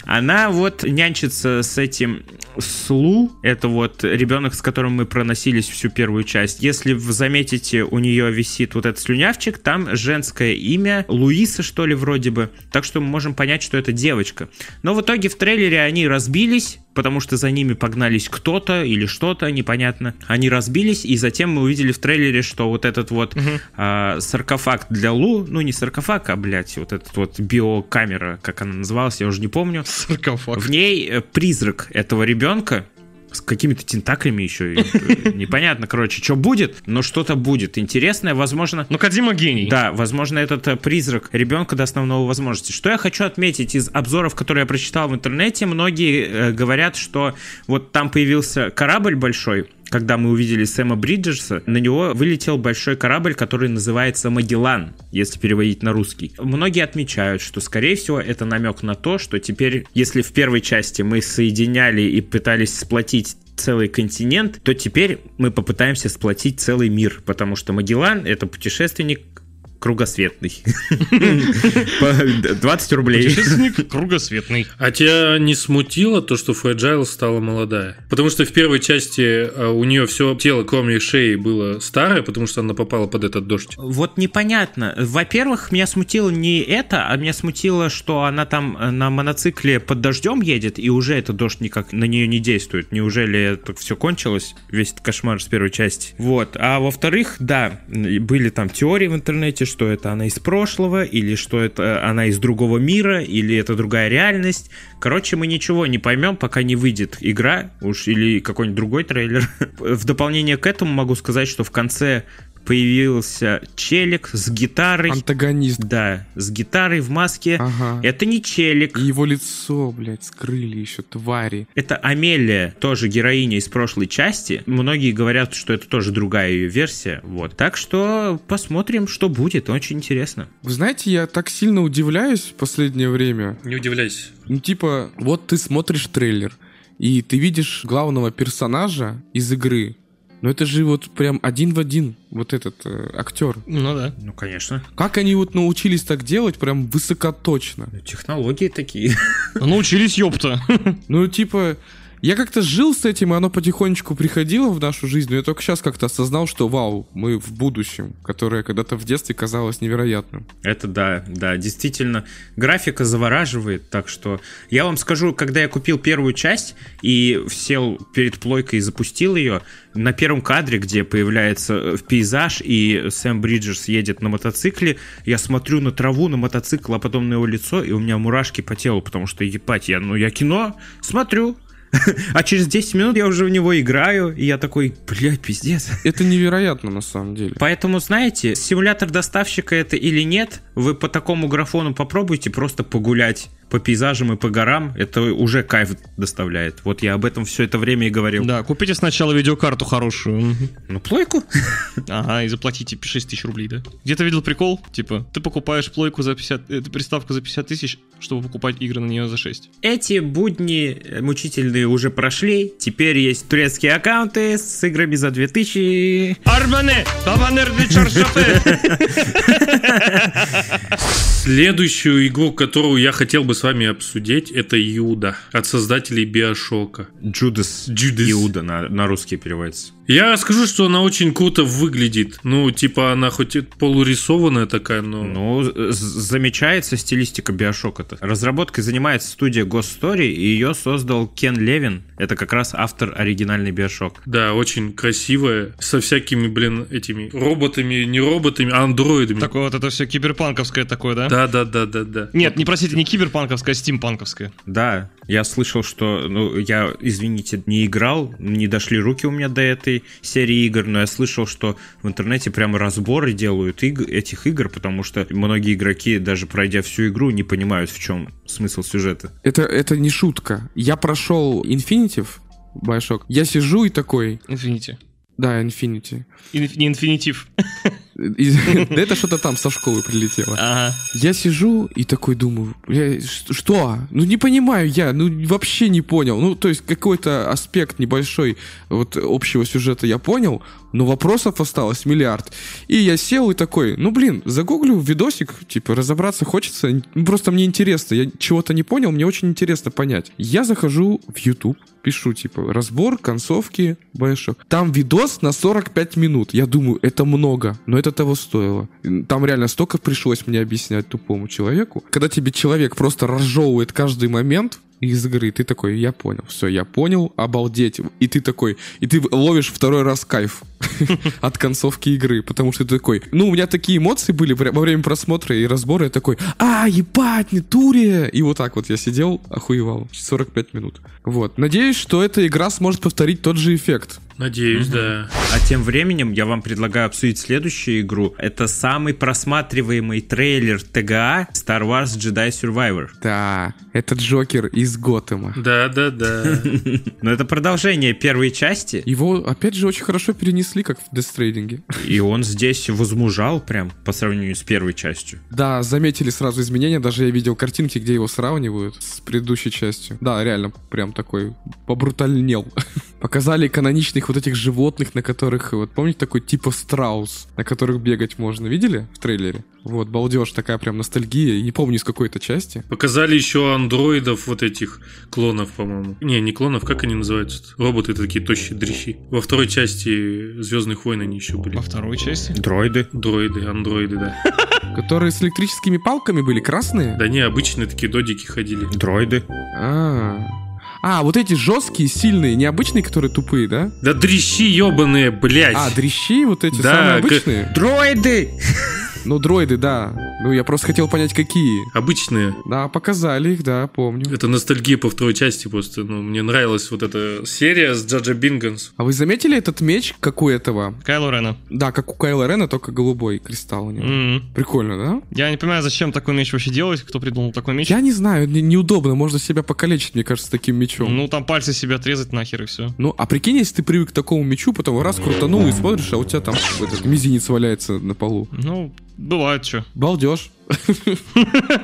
C: она вот нянчится с этим Слу, это вот ребенок, с которым мы проносились всю первую часть. Если вы заметите, у нее висит вот этот слюнявчик, там женское имя, Луиса, что ли, вроде бы. Так что мы можем понять, что это девочка. Но в итоге в трейлере они разбились, потому что за ними погнались кто-то или что-то, непонятно. Они разбились, и затем мы увидели в трейлере, что вот этот вот а, саркофаг для Лу, ну не саркофаг, а, блядь, вот этот вот биокамера, как она называлась, я уже не помню.
B: Саркофаг.
C: В ней э, призрак этого ребенка с какими-то тентаклями еще. и, э, Непонятно, короче, что будет, но что-то будет интересное. Возможно,
B: Ну, Кадима гений.
C: да, возможно, этот э, призрак ребенка до основного возможности. Что я хочу отметить из обзоров, которые я прочитал в интернете, многие э, говорят, что вот там появился корабль большой, когда мы увидели Сэма Бриджерса, на него вылетел большой корабль, который называется Магеллан, если переводить на русский. Многие отмечают, что, скорее всего, это намек на то, что теперь, если в первой части мы соединяли и пытались сплотить целый континент, то теперь мы попытаемся сплотить целый мир, потому что Магеллан — это путешественник кругосветный. 20 рублей.
B: Путешественник кругосветный.
D: А тебя не смутило то, что Фрэджайл стала молодая? Потому что в первой части а, у нее все тело, кроме шеи, было старое, потому что она попала под этот дождь.
C: Вот непонятно. Во-первых, меня смутило не это, а меня смутило, что она там э, на моноцикле под дождем едет, и уже этот дождь никак на нее не действует. Неужели это все кончилось? Весь этот кошмар с первой части. Вот. А во-вторых, да, м, были там теории в интернете, что это она из прошлого, или что это она из другого мира, или это другая реальность. Короче, мы ничего не поймем, пока не выйдет игра уж или какой-нибудь другой трейлер. В дополнение к этому могу сказать, что в конце появился челик с гитарой.
A: Антагонист.
C: Да, с гитарой в маске.
A: Ага.
C: Это не челик.
A: А. И его лицо, блядь, скрыли еще, твари.
C: Это Амелия, тоже героиня из прошлой части. Многие говорят, что это тоже другая ее версия. Вот. Так что посмотрим, что будет. Очень интересно.
A: Вы знаете, я так сильно удивляюсь в последнее время.
D: Не удивляйся.
A: Ну, типа, вот ты смотришь трейлер, и ты видишь главного персонажа из игры. Но это же вот прям один в один вот этот э, актер.
B: Ну да.
C: Ну, конечно.
A: Как они вот научились так делать, прям высокоточно.
C: Технологии такие.
B: Научились, ёпта.
A: Ну, типа, я как-то жил с этим, и оно потихонечку приходило в нашу жизнь, но я только сейчас как-то осознал, что вау, мы в будущем, которое когда-то в детстве казалось невероятным.
C: Это да, да, действительно, графика завораживает, так что я вам скажу, когда я купил первую часть и сел перед плойкой и запустил ее, на первом кадре, где появляется э, пейзаж и Сэм Бриджерс едет на мотоцикле, я смотрю на траву, на мотоцикл, а потом на его лицо, и у меня мурашки по телу, потому что, ебать, я, ну, я кино смотрю, а через 10 минут я уже в него играю, и я такой, блядь, пиздец.
A: Это невероятно на самом деле.
C: Поэтому, знаете, симулятор доставщика это или нет, вы по такому графону попробуйте просто погулять по пейзажам и по горам, это уже кайф доставляет. Вот я об этом все это время и говорил.
B: Да, купите сначала видеокарту хорошую.
C: Ну, плойку?
B: Ага, и заплатите 6 тысяч рублей, да? Где-то видел прикол, типа, ты покупаешь плойку за 50, э, приставку за 50 тысяч, чтобы покупать игры на нее за 6.
C: Эти будни э, мучительные уже прошли, теперь есть турецкие аккаунты с играми за 2000.
B: Армане, табанерды чаршапы!
D: Следующую игру, которую я хотел бы с с вами обсудить, это Юда от создателей Биошока.
C: Джудас.
D: Judas.
C: Иуда на, на русский переводится.
D: Я скажу, что она очень круто выглядит. Ну, типа, она хоть и полурисованная такая, но...
C: Ну, з- замечается стилистика Биошока-то. Разработкой занимается студия Госстори, и ее создал Кен Левин. Это как раз автор оригинальный Биошок.
D: Да, очень красивая, со всякими, блин, этими роботами, не роботами, а андроидами.
B: Такое вот это все киберпанковское такое, да?
D: Да, да, да, да, да.
B: Нет, не простите, не киберпанковское, а стимпанковское.
C: Да, я слышал, что, ну, я, извините, не играл, не дошли руки у меня до этой серии игр, но я слышал, что в интернете прямо разборы делают иг- этих игр, потому что многие игроки, даже пройдя всю игру, не понимают, в чем смысл сюжета.
A: Это, это не шутка. Я прошел Infinitive, Bioshock. Я сижу и такой,
B: Инфинити.
A: да, Infinity.
B: Инф- Не инфинитив.
A: И- Да это что-то там со школы прилетело.
B: Ага.
A: Я сижу и такой думаю, «Бля, ш- что? Ну не понимаю я, ну вообще не понял. Ну то есть какой-то аспект небольшой вот общего сюжета я понял, но вопросов осталось миллиард. И я сел и такой, ну блин, загуглю видосик, типа разобраться хочется, Ну, просто мне интересно, я чего-то не понял, мне очень интересно понять. Я захожу в YouTube, пишу, типа, разбор концовки Bioshock. Там видос на 45 минут. Я думаю, это много, но это того стоило. Там реально столько пришлось мне объяснять тупому человеку. Когда тебе человек просто разжевывает каждый момент, из игры, и ты такой, я понял, все, я понял, обалдеть. И ты такой, и ты ловишь второй раз кайф от концовки игры, потому что ты такой, ну, у меня такие эмоции были пря- во время просмотра и разбора, я такой, а, ебать, не туре! И вот так вот я сидел, охуевал, 45 минут. Вот, надеюсь, что эта игра сможет повторить тот же эффект.
D: Надеюсь, да.
C: А тем временем я вам предлагаю обсудить следующую игру. Это самый просматриваемый трейлер ТГА Star Wars Jedi Survivor.
A: Да, это Джокер из Готэма.
D: Да, да, да.
C: Но это продолжение первой части,
A: Его, опять же, очень хорошо перенесли, как в Дестрейдинге.
C: и он здесь возмужал прям по сравнению с первой частью.
A: Да, заметили сразу изменения, даже я видел картинки, где его сравнивают с предыдущей частью. Да, реально, прям такой побрутальнел. Показали каноничных вот этих животных, на которых, вот помните, такой типа страус, на которых бегать можно, видели в трейлере? Вот, балдеж, такая прям ностальгия, не помню из какой-то части.
D: Показали еще андроидов вот этих клонов, по-моему. Не, не клонов, как они называются? Роботы такие тощие дрищи. Во второй части Звездных войн они еще были.
B: Во второй части.
C: Дроиды.
D: Дроиды, андроиды, да.
A: Которые с электрическими палками были, красные?
D: Да не, обычные такие додики ходили.
C: Дроиды.
A: А, а вот эти жесткие, сильные, необычные, которые тупые, да?
D: Да дрищи ебаные, блядь.
A: А, дрищи вот эти,
D: Да,
A: самые
D: к-
A: обычные?
C: Дроиды!
A: Ну, дроиды, да. Ну, я просто хотел понять, какие.
D: Обычные.
A: Да, показали их, да, помню.
D: Это ностальгия по второй части просто. Ну, мне нравилась вот эта серия с Джаджа Бингенс.
A: А вы заметили этот меч, как у этого?
B: Кайло Рена.
A: Да, как у Кайла Рена, только голубой кристалл у него.
B: М.
A: Прикольно, да?
B: Я не понимаю, зачем такой меч вообще делать, кто придумал такой меч.
A: Я не знаю, не- неудобно, можно себя покалечить, мне кажется, таким мечом.
B: Ну, там пальцы себе отрезать нахер и все.
A: Ну, а прикинь, если ты привык к такому мечу, потом раз крутанул и смотришь, а у тебя там этот мизинец валяется на полу.
B: Ну, бывает что.
A: Балдеж.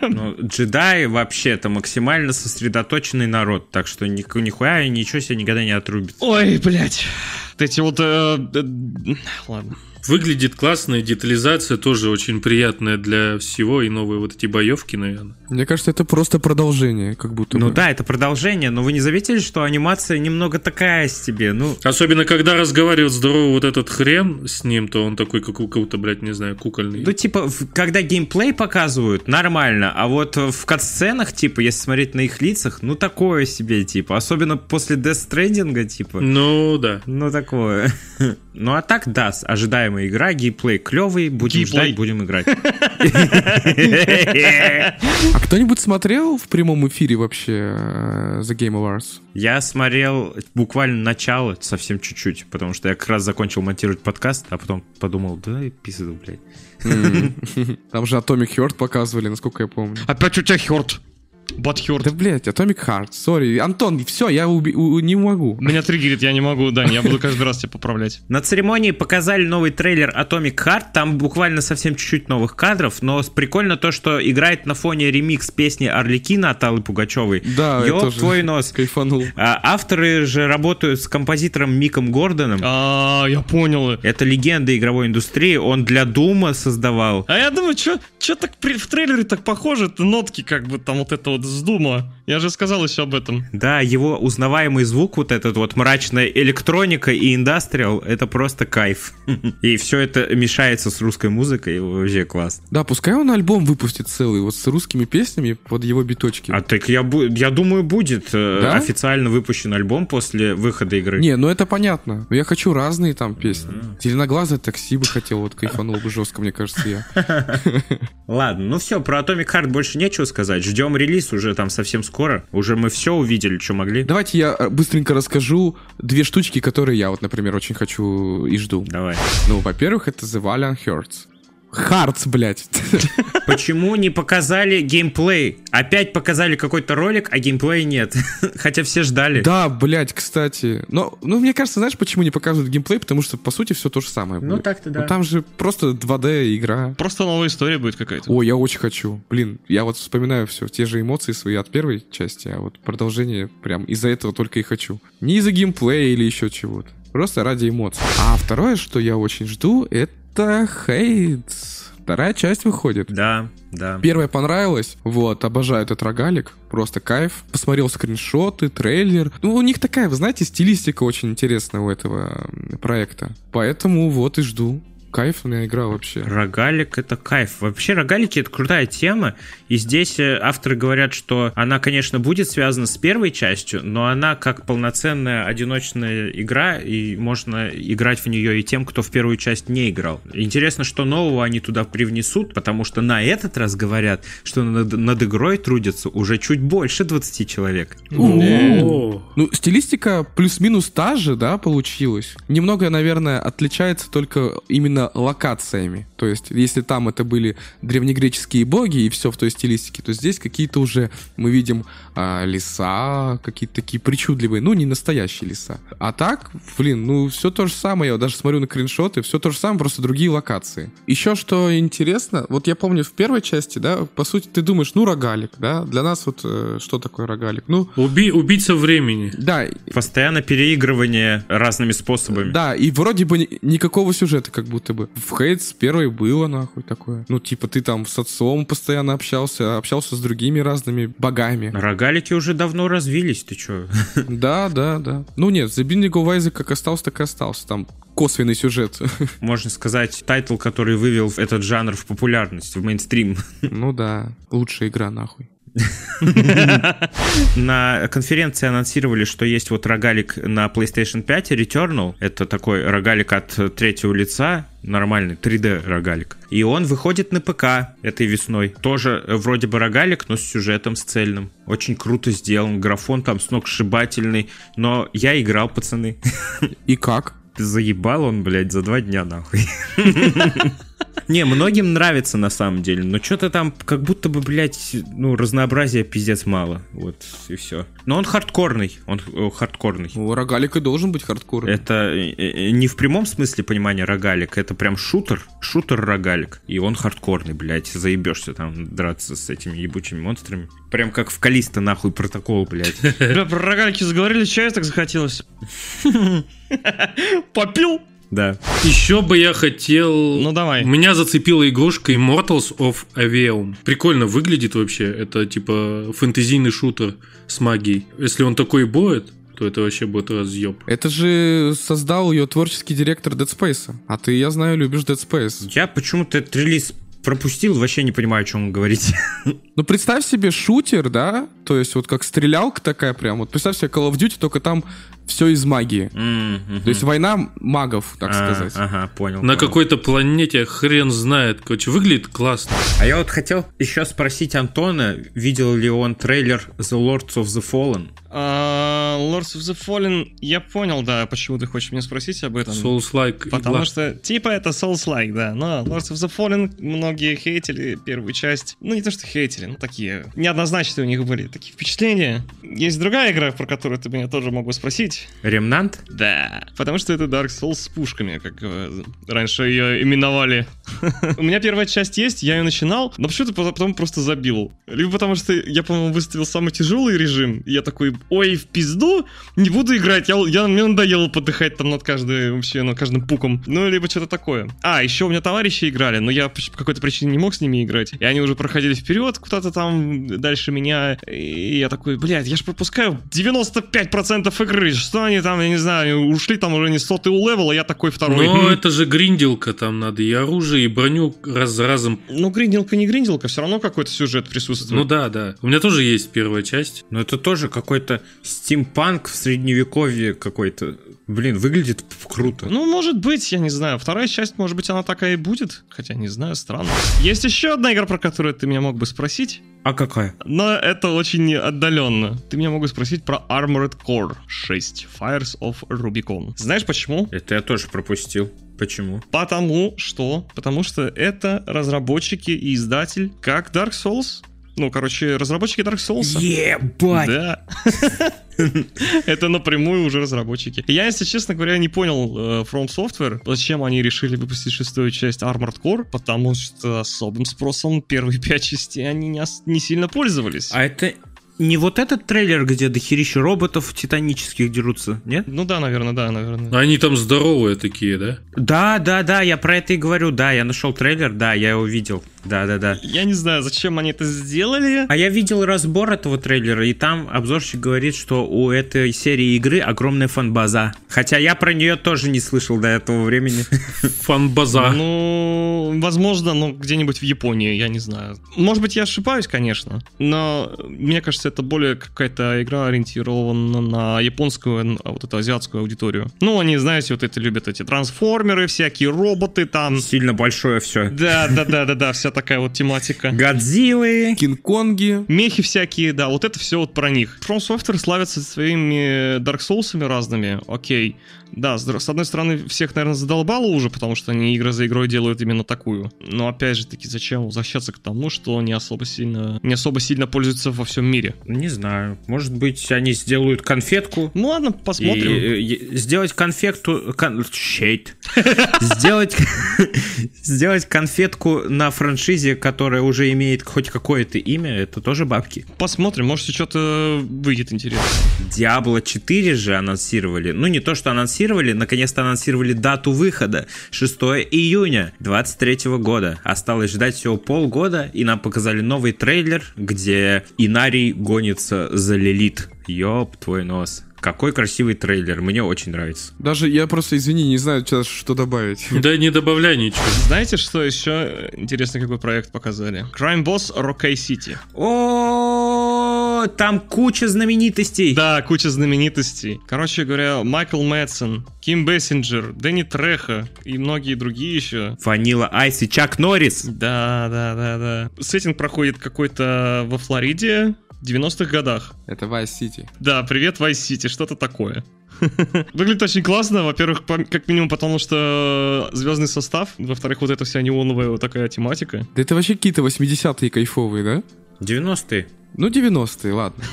C: Ну, джедаи вообще это максимально сосредоточенный народ, так что ни- нихуя и ничего себе никогда не отрубит.
B: Ой, блядь. Вот эти вот... э, э, Ладно.
D: Выглядит классно, и детализация тоже очень приятная для всего, и новые вот эти боевки, наверное.
A: Мне кажется, это просто продолжение, как будто
C: Ну
A: бы.
C: да, это продолжение, но вы не заметили, что анимация немного такая себе, ну...
D: Особенно, когда разговаривает здоровый вот этот хрен с ним, то он такой, как у кого-то, блядь, не знаю, кукольный.
C: Ну, типа, в- когда геймплей показывают, нормально, а вот э, в катсценах, типа, если смотреть на их лицах, ну, такое себе, типа, особенно после дестрендинга, типа,
D: Ну, да.
C: ну, такое. Ну, а так, да, с- ожидаемая игра, геймплей клевый, будем
B: Геймплей.
C: ждать, будем играть.
A: А кто-нибудь смотрел в прямом эфире вообще э, The Game Awards?
C: Я смотрел буквально начало, совсем чуть-чуть, потому что я как раз закончил монтировать подкаст, а потом подумал, да, и пизду, блядь.
A: Там же Atomic Heart показывали, насколько я помню.
B: Опять у тебя херт. Бат
A: Да,
B: херт.
A: блядь, Atomic Heart, сори. Антон, все, я уби- у- не могу.
B: Меня триггерит, я не могу, Дань, я буду каждый раз тебя поправлять.
C: На церемонии показали новый трейлер Atomic Heart, там буквально совсем чуть-чуть новых кадров, но с- прикольно то, что играет на фоне ремикс песни Орликина от Аллы Пугачевой.
A: Да, я
C: Ёб
A: тоже
C: твой нос.
A: кайфанул.
C: А авторы же работают с композитором Миком Гордоном.
B: А, я понял.
C: Это легенда игровой индустрии, он для Дума создавал.
B: А я думаю, что Че так при- в трейлере так похоже, это нотки как бы там вот это вот с Дума. Я же сказал еще об этом.
C: Да, его узнаваемый звук, вот этот вот мрачная электроника и индастриал, это просто кайф. И все это мешается с русской музыкой, вообще классно.
A: Да, пускай он альбом выпустит целый, вот с русскими песнями под его биточки.
C: А так я, бу- я думаю, будет э,
A: Да?
C: официально выпущен альбом после выхода игры.
A: Не, ну это понятно. Но я хочу разные там песни. Зеленоглазое такси бы хотел, вот кайфанул бы жестко, мне кажется, я.
C: Ладно, ну все, про Atomic Heart больше нечего сказать. Ждем релиз уже там совсем скоро. Уже мы все увидели, что могли.
A: Давайте я э, быстренько расскажу две штучки, которые я вот, например, очень хочу и жду.
C: Давай.
A: Ну, во-первых, это The Valiant Hearts. Hearts, блядь.
C: Почему не показали геймплей? Опять показали какой-то ролик, а геймплея нет. Хотя все ждали.
A: Да, блядь, кстати. Но, ну, мне кажется, знаешь, почему не показывают геймплей? Потому что, по сути, все то же самое.
C: Ну
A: будет.
C: так-то
A: Ну,
C: да.
A: Там же просто 2D игра.
B: Просто новая история будет какая-то.
A: Ой, я очень хочу. Блин, я вот вспоминаю все, те же эмоции свои от первой части, а вот продолжение прям из-за этого только и хочу. Не из-за геймплея или еще чего-то. Просто ради эмоций. А второе, что я очень жду, это Хейтс. Вторая часть выходит.
C: Да, да.
A: Первая понравилась, вот, обожаю этот рогалик, просто кайф. Посмотрел скриншоты, трейлер. Ну, у них такая, вы знаете, стилистика очень интересная у этого м, проекта. Поэтому вот и жду. Кайфная игра вообще.
C: Рогалик это кайф. Вообще рогалики это крутая тема. И здесь э, авторы говорят, что она, конечно, будет связана с первой частью, но она как полноценная одиночная игра, и можно играть в нее и тем, кто в первую часть не играл. Интересно, что нового они туда привнесут, потому что на этот раз говорят, что над, над игрой трудятся уже чуть больше 20 человек.
D: О,
A: Ну, стилистика плюс-минус та же, да, получилась. Немного, наверное, отличается только именно локациями. То есть, если там это были древнегреческие боги и все в той стилистике, то здесь какие-то уже мы видим а, леса, какие-то такие причудливые, ну, не настоящие леса. А так, блин, ну, все то же самое. Я вот даже смотрю на скриншоты, все то же самое, просто другие локации. Еще что интересно, вот я помню в первой части, да, по сути, ты думаешь, ну, рогалик, да, для нас вот э, что такое рогалик? Ну,
D: Уби- убийца времени.
A: да,
C: Постоянно переигрывание разными способами.
A: Да, и вроде бы ни- никакого сюжета как будто бы. В Хейтс первой было нахуй такое. Ну, типа, ты там с отцом постоянно общался, общался с другими разными богами.
C: Рогалики уже давно развились, ты чё?
A: Да, да, да. Ну нет, The Binding of Isaac как остался, так и остался. Там косвенный сюжет.
C: можно сказать, тайтл, который вывел этот жанр в популярность, в мейнстрим.
A: Ну да, лучшая игра нахуй.
C: На конференции анонсировали, что есть вот рогалик на PlayStation 5, Returnal. Это такой рогалик от э, третьего лица, нормальный 3D рогалик. И он выходит на ПК этой весной. Тоже э, вроде бы рогалик, но с сюжетом, с цельным. Очень круто сделан, графон там сногсшибательный. Но я играл, пацаны.
A: И как?
C: Заебал он, блядь, за два дня, нахуй. Не, многим нравится на самом деле, но что-то там как будто бы, блядь, ну, разнообразия пиздец мало. Вот, и все. Но он хардкорный, он э, хардкорный.
A: Ну, рогалик и должен быть хардкорный.
C: Это э, э, не в прямом смысле понимания рогалик, это прям шутер, шутер-рогалик. И он хардкорный, блядь, заебешься там драться с этими ебучими монстрами. Прям как в Калиста, нахуй, протокол, блядь.
B: Бля, про рогалики заговорили, чаю так захотелось. Попил?
C: Да.
D: Еще бы я хотел...
B: Ну давай.
D: Меня зацепила игрушка Immortals of Aveum. Прикольно выглядит вообще. Это типа фэнтезийный шутер с магией. Если он такой будет, то это вообще будет разъеб.
A: Это же создал ее творческий директор Dead Space. А ты, я знаю, любишь Dead Space.
C: Я почему-то этот релиз пропустил, вообще не понимаю, о чем вы говорите.
A: Ну, представь себе шутер, да? То есть вот как стрелялка такая прям. Вот представь себе Call of Duty, только там все из магии.
C: Мгм.
A: То есть война магов, так
C: А,
A: сказать.
C: Ага, понял.
D: На
C: понял.
D: какой-то планете хрен знает. Короче, выглядит классно.
C: А я вот хотел еще спросить Антона, видел ли он трейлер The Lords of the Fallen?
B: А, Lords of the Fallen, я понял, да, почему ты хочешь меня спросить об этом.
D: Souls-like
B: Потому
D: игла.
B: что, типа, это Souls-like, да. Но Lords of the Fallen многие хейтили первую часть. Ну, не то, что хейтили, но такие неоднозначные у них были такие впечатления. Есть другая игра, про которую ты меня тоже могу спросить.
C: Ремнант?
B: Да. Потому что это Dark Souls с пушками, как э, раньше ее именовали. У меня первая часть есть, я ее начинал, но почему-то по- потом просто забил. Либо потому что я, по-моему, выставил самый тяжелый режим, и я такой, ой, в пизду, не буду играть, я, я, мне надоело подыхать там над каждой, вообще, над каждым пуком. Ну, либо что-то такое. А, еще у меня товарищи играли, но я по по какой-то причине не мог с ними играть, и они уже проходили вперед куда-то там, дальше меня, и я такой, блядь, я же пропускаю 95% игры, что они там, я не знаю, ушли там уже не сотый у левела, я такой второй.
D: Но это же гринделка, там надо и оружие, и броню раз за разом.
B: Ну, гринделка не гринделка, все равно какой-то сюжет присутствует.
D: Ну да, да. У меня тоже есть первая часть.
C: Но Ну, это тоже какой-то стимпанк в средневековье какой-то. Блин, выглядит п- круто.
B: Ну, может быть, я не знаю. Вторая часть, может быть, она такая и будет. Хотя, не знаю, странно. Есть еще одна игра, про которую ты меня мог бы спросить.
C: А какая?
B: Но это очень отдаленно. Ты меня мог бы спросить про Armored Core 6 Fires of Rubicon. Знаешь почему?
C: Это я тоже пропустил. Почему?
B: Потому что... Потому что это разработчики и издатель, как Dark Souls. Ну, короче, разработчики Dark Souls.
C: Ебать!
B: Да. Это напрямую уже разработчики. Я, если честно говоря, не понял э, From Software, зачем они решили выпустить шестую часть Armored Core, потому что особым спросом первые пять частей они не, ос- не сильно пользовались.
C: А это не вот этот трейлер, где дохерища роботов титанических дерутся, нет?
B: Ну да, наверное, да, наверное.
D: Они там здоровые такие, да?
C: Да, да, да, я про это и говорю, да, я нашел трейлер, да, я его видел, да, да, да.
B: Я не знаю, зачем они это сделали.
C: А я видел разбор этого трейлера, и там обзорщик говорит, что у этой серии игры огромная фанбаза. Хотя я про нее тоже не слышал до этого времени.
D: Фан-база.
B: Ну, возможно, ну, где-нибудь в Японии, я не знаю. Может быть, я ошибаюсь, конечно, но мне кажется, это более какая-то игра ориентирована на японскую, н- а вот эту азиатскую аудиторию. Ну, они, знаете, вот это любят эти трансформеры, всякие роботы там.
C: Сильно большое все.
B: Да, да, да, да, да, вся такая вот тематика.
C: Годзиллы.
A: Кинг-Конги.
B: Мехи всякие, да, вот это все вот про них. From Software славятся своими э, Dark Souls'ами разными, окей. Да, с, др- с одной стороны, всех, наверное, задолбало уже, потому что они игры за игрой делают именно такую. Но опять же таки, зачем возвращаться к тому, что не особо сильно, не особо сильно пользуется во всем мире?
C: Не знаю, может быть, они сделают конфетку.
B: Ну ладно,
C: и,
B: посмотрим.
C: э, е- сделать конфетку... кон- щит. Сделать... Сделать конфетку на франшизе, которая уже имеет хоть какое-то имя, это тоже бабки.
B: Посмотрим, может, что-то выйдет интересно.
C: Diablo 4 же анонсировали. Ну, не то, что анонсировали, наконец-то анонсировали дату выхода. 6 июня 23 года. Осталось ждать всего полгода, и нам показали новый трейлер, где Инарий гонится за Лилит. Ёб твой нос. Какой красивый трейлер, мне очень нравится.
A: Даже я просто, извини, не знаю сейчас, что добавить.
D: Да не добавляй ничего.
B: Знаете, что еще интересно, какой проект показали? Crime Boss Rockay City.
C: О, там куча знаменитостей.
B: Да, куча знаменитостей. Короче говоря, Майкл Мэтсон, Ким Бессинджер, Дэнни Треха и многие другие еще.
C: Ванила Айс и Чак Норрис.
B: Да, да, да, да. Сеттинг проходит какой-то во Флориде в 90-х годах.
A: Это Vice City.
B: Да, привет, Vice City, что-то такое. Выглядит очень классно, во-первых, пом- как минимум потому, что звездный состав, во-вторых, вот эта вся неоновая вот такая тематика.
A: Да это вообще какие-то 80-е кайфовые, да?
C: 90-е.
A: Ну, 90-е, ладно.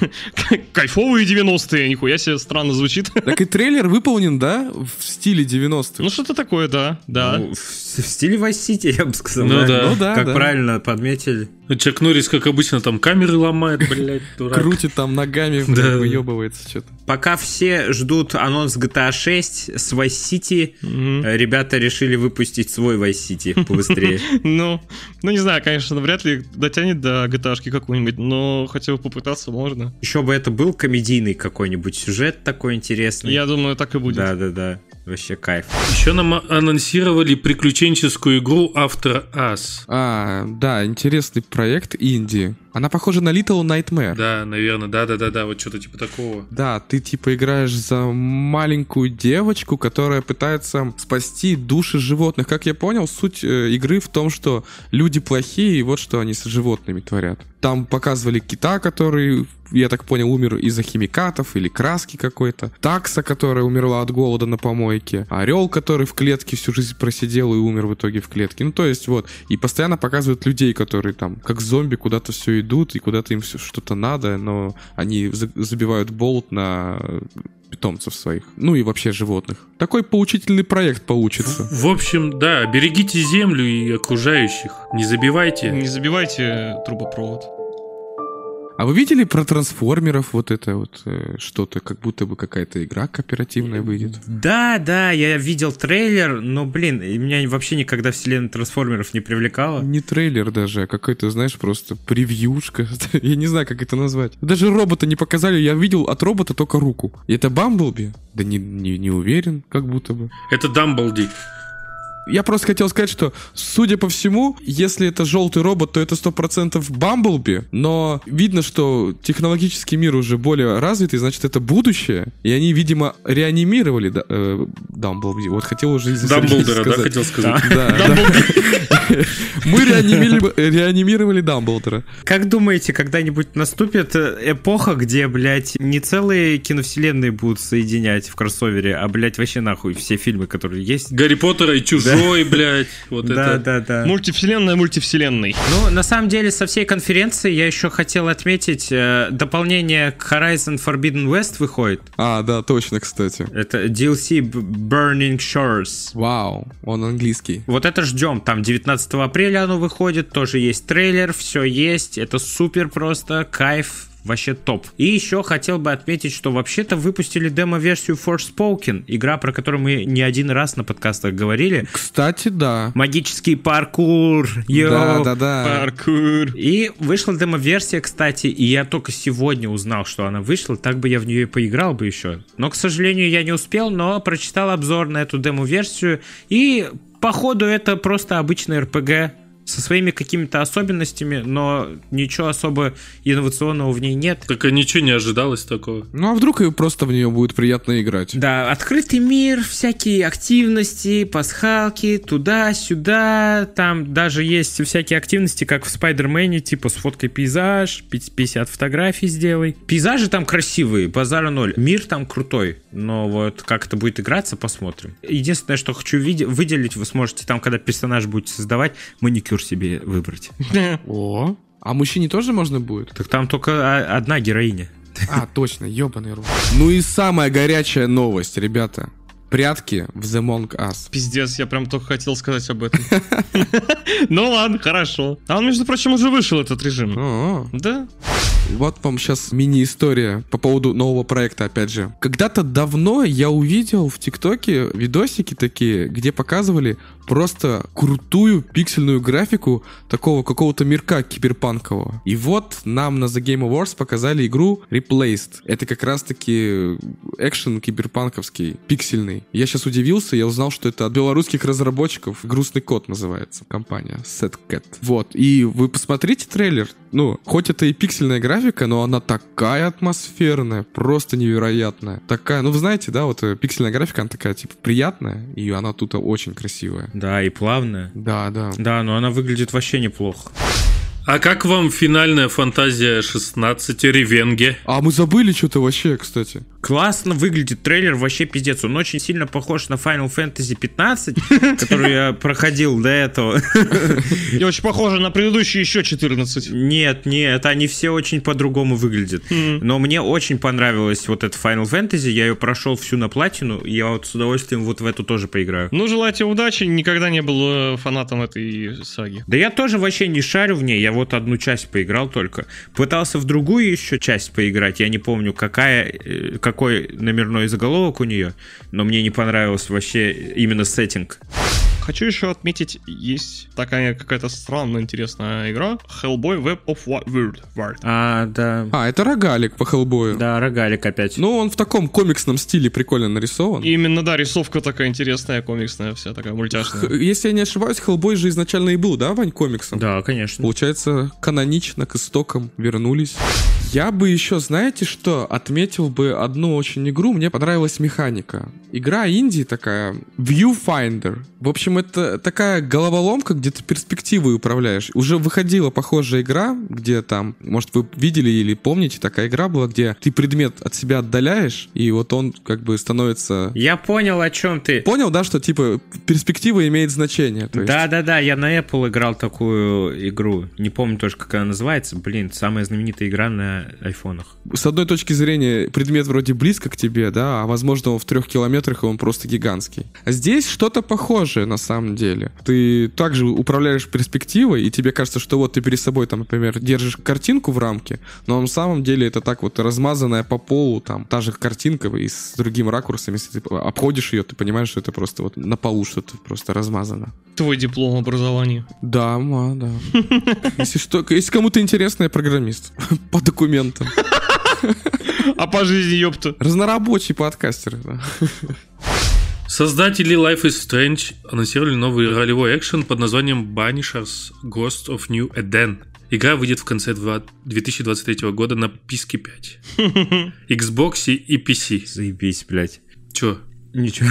B: Кайфовые 90-е, нихуя себе странно звучит.
A: Так и трейлер выполнен, да, в стиле 90-х.
B: Ну что-то такое, да, да.
C: Ну, в, в стиле Vice City, я бы сказал.
D: Ну да.
A: Ну да,
C: как
A: да.
C: правильно подметили.
D: Чак Норрис, как обычно, там камеры ломает, блядь, дурак.
A: Крутит там ногами,
D: Да.
A: блин, выебывается что-то.
C: Пока все ждут анонс GTA 6 с Vice City,
B: Мгм.
C: э, ребята решили выпустить свой Vice City побыстрее.
B: Ну, ну не знаю, конечно, вряд ли дотянет до gta какую-нибудь, но хотя бы попытаться можно.
C: Еще бы это был комедийный какой-нибудь сюжет такой интересный.
B: Я думаю, так и будет.
C: Да-да-да, вообще кайф.
D: Еще нам а, анонсировали приключенческую игру After Us.
A: А, да, интересный проект Инди. Она похожа на Little Nightmare.
D: Да, наверное, да-да-да-да, вот что-то типа такого.
A: Да, ты типа играешь за маленькую девочку, которая пытается спасти души животных. Как я понял, суть э, игры в том, что люди плохие, и вот что они с животными творят. Там показывали кита, который я так понял, умер из-за химикатов или краски какой-то. Такса, которая умерла от голода на помойке. Орел, который в клетке всю жизнь просидел и умер в итоге в клетке. Ну, то есть вот. И постоянно показывают людей, которые там, как зомби, куда-то все идут, и куда-то им все что-то надо, но они за- забивают болт на э, питомцев своих. Ну и вообще животных. Такой поучительный проект получится.
D: В общем, да, берегите землю и окружающих. Не забивайте.
B: Не забивайте трубопровод.
A: А вы видели про трансформеров вот это вот э, что-то, как будто бы какая-то игра кооперативная выйдет?
C: Да, да, я видел трейлер, но, блин, и меня вообще никогда вселенная трансформеров не привлекала.
A: Не трейлер даже, а какой-то, знаешь, просто превьюшка. Я не знаю, как это назвать. Даже робота не показали, я видел от робота только руку. И это Бамблби? Да не, не, не уверен, как будто бы.
D: Это Дамблди.
A: Я просто хотел сказать, что, судя по всему, если это желтый робот, то это 100% Бамблби, но видно, что технологический мир уже более развитый, значит, это будущее, и они, видимо, реанимировали да, э, Дамблби. Вот хотел уже... из-
D: Дамблдора, да,
A: сказать.
D: хотел сказать.
A: Да, да. Мы реанимили- реанимировали Дамблдора.
C: Как думаете, когда-нибудь наступит э, эпоха, где, блядь, не целые киновселенные будут соединять в кроссовере, а, блядь, вообще нахуй все фильмы, которые есть?
D: Гарри Поттера и Чужой, блядь. Вот
C: да,
D: это.
C: да, да.
B: Мультивселенная мультивселенной.
C: Ну, на самом деле, со всей конференции я еще хотел отметить, э, дополнение к Horizon Forbidden West выходит.
A: А, да, точно, кстати.
C: Это DLC B- Burning Shores.
A: Вау, он английский.
C: Вот это ждем. Там 19 апреля оно выходит, тоже есть трейлер, все есть. Это супер просто, кайф, вообще топ. И еще хотел бы отметить, что вообще-то выпустили демо-версию Forspoken, игра, про которую мы не один раз на подкастах говорили.
A: Кстати, да.
C: Магический паркур, йоу.
A: Да, да, да.
B: Паркур.
C: И вышла демо-версия, кстати, и я только сегодня узнал, что она вышла, так бы я в нее и поиграл бы еще. Но, к сожалению, я не успел, но прочитал обзор на эту демо-версию, и походу это просто обычный РПГ со своими какими-то особенностями, но ничего особо инновационного в ней нет.
D: Так а ничего не ожидалось такого.
A: Ну а вдруг и просто в нее будет приятно играть?
C: Да, открытый мир, всякие активности, пасхалки, туда-сюда, там даже есть всякие активности, как в Спайдермене, типа сфоткай пейзаж, пи- 50 фотографий сделай. Пейзажи там красивые, базара ноль. Мир там крутой, но вот как это будет играться, посмотрим. Единственное, что хочу виде- выделить, вы сможете там, когда персонаж будете создавать, маникюр себе выбрать.
A: О. А мужчине тоже можно будет?
C: Так там только а, одна героиня.
A: А, точно, ебаный рот. Ну и самая горячая новость, ребята. Прятки в The Among Us.
B: Пиздец, я прям только хотел сказать об этом. Ну ладно, хорошо. А он, между прочим, уже вышел этот
A: Ну.
B: режим.
A: О,
B: Да?
A: Вот вам сейчас мини-история по поводу нового проекта, опять же. Когда-то давно я увидел в ТикТоке видосики такие, где показывали просто крутую пиксельную графику такого какого-то мирка киберпанкового. И вот нам на The Game Awards показали игру Replaced. Это как раз-таки экшен киберпанковский, пиксельный. Я сейчас удивился, я узнал, что это от белорусских разработчиков. Грустный код называется компания SetCat. Вот, и вы посмотрите трейлер. Ну, хоть это и пиксельная графика, но она такая атмосферная, просто невероятная. Такая, ну вы знаете, да, вот э, пиксельная графика, она такая, типа, приятная, и она тут очень красивая.
C: Да, и плавная.
A: Да, да.
C: Да, но она выглядит вообще неплохо.
D: А как вам финальная фантазия 16 Ревенге?
A: А мы забыли что-то вообще, кстати.
C: Классно выглядит трейлер, вообще пиздец. Он очень сильно похож на Final Fantasy 15, который я проходил до этого.
B: И очень похоже на предыдущие еще 14.
C: Нет, нет, они все очень по-другому выглядят.
B: М.
C: Но мне очень понравилась вот эта Final Fantasy, я ее прошел всю на платину, и я вот с удовольствием вот в эту тоже поиграю.
B: Ну, желаю тебе удачи. Никогда не был э, фанатом этой саги.
C: Да я тоже вообще не шарю в ней, я вот одну часть поиграл только. Пытался в другую еще часть поиграть, я не помню, какая, э, какой номерной заголовок у нее, но мне не понравился вообще именно сеттинг.
B: Хочу еще отметить, есть такая какая-то странная интересная игра. Hellboy Web of Wa- World. World.
C: А, да.
A: А, это рогалик по хеллбою.
C: Да, рогалик опять.
A: Ну, он в таком комиксном стиле прикольно нарисован.
B: Именно, да, рисовка такая интересная, комиксная вся такая
A: Х-
B: мультяшная.
A: Если я не ошибаюсь, Хеллбой же изначально и был, да, Вань, комиксом?
C: да, конечно.
A: Получается, канонично к истокам вернулись. Я бы еще, знаете что, отметил бы одну очень игру. Мне понравилась механика. Игра Индии такая, Viewfinder. В общем, общем, это такая головоломка, где ты перспективы управляешь. Уже выходила похожая игра, где там, может, вы видели или помните, такая игра была, где ты предмет от себя отдаляешь, и вот он как бы становится...
C: Я понял, о чем ты.
A: Понял, да, что типа перспектива имеет значение? то есть-
C: Да-да-да, я на Apple играл такую игру. Не помню тоже, как она называется. Блин, самая знаменитая игра на айфонах.
A: С одной точки зрения, предмет вроде близко к тебе, да, а возможно он в трех километрах, и он просто гигантский. А Здесь что-то похожее на самом деле. Ты также управляешь перспективой, и тебе кажется, что вот ты перед собой, там, например, держишь картинку в рамке, но на самом деле это так вот размазанная по полу, там, та же картинка и с другим ракурсом. Если ты обходишь ее, ты понимаешь, что это просто вот на полу что-то просто размазано.
B: Твой диплом образования.
A: Да, ма, да. Если что, если кому-то интересно, я программист. По документам.
B: А по жизни, ёпта.
A: Разнорабочий подкастер, да.
D: Создатели Life is Strange анонсировали новый ролевой экшен под названием Banishers Ghost of New Eden. Игра выйдет в конце два- 2023 года на PSP 5, Xbox и PC.
E: Заебись, блядь.
D: Чё?
E: Ничего.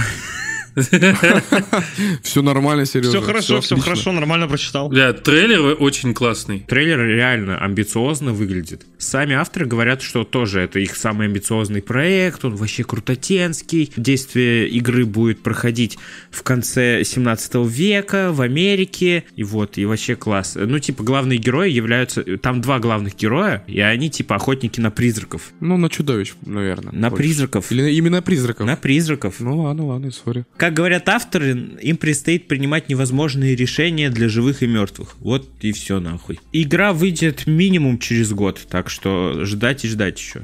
A: Все нормально, Сережа.
B: Все хорошо, все
A: отлично.
B: хорошо, нормально прочитал.
D: Бля, трейлер очень классный.
E: Трейлер реально амбициозно выглядит. Сами авторы говорят, что тоже это их самый амбициозный проект, он вообще крутотенский. Действие игры будет проходить в конце 17 века в Америке. И вот, и вообще класс. Ну, типа, главные герои являются... Там два главных героя, и они типа охотники на призраков.
A: Ну, на чудовищ, наверное.
E: На
A: больше.
E: призраков.
A: Или именно призраков.
E: На призраков.
A: Ну ладно, ладно, сори.
E: Как говорят авторы, им предстоит принимать невозможные решения для живых и мертвых. Вот и все нахуй. Игра выйдет минимум через год, так что ждать и ждать еще.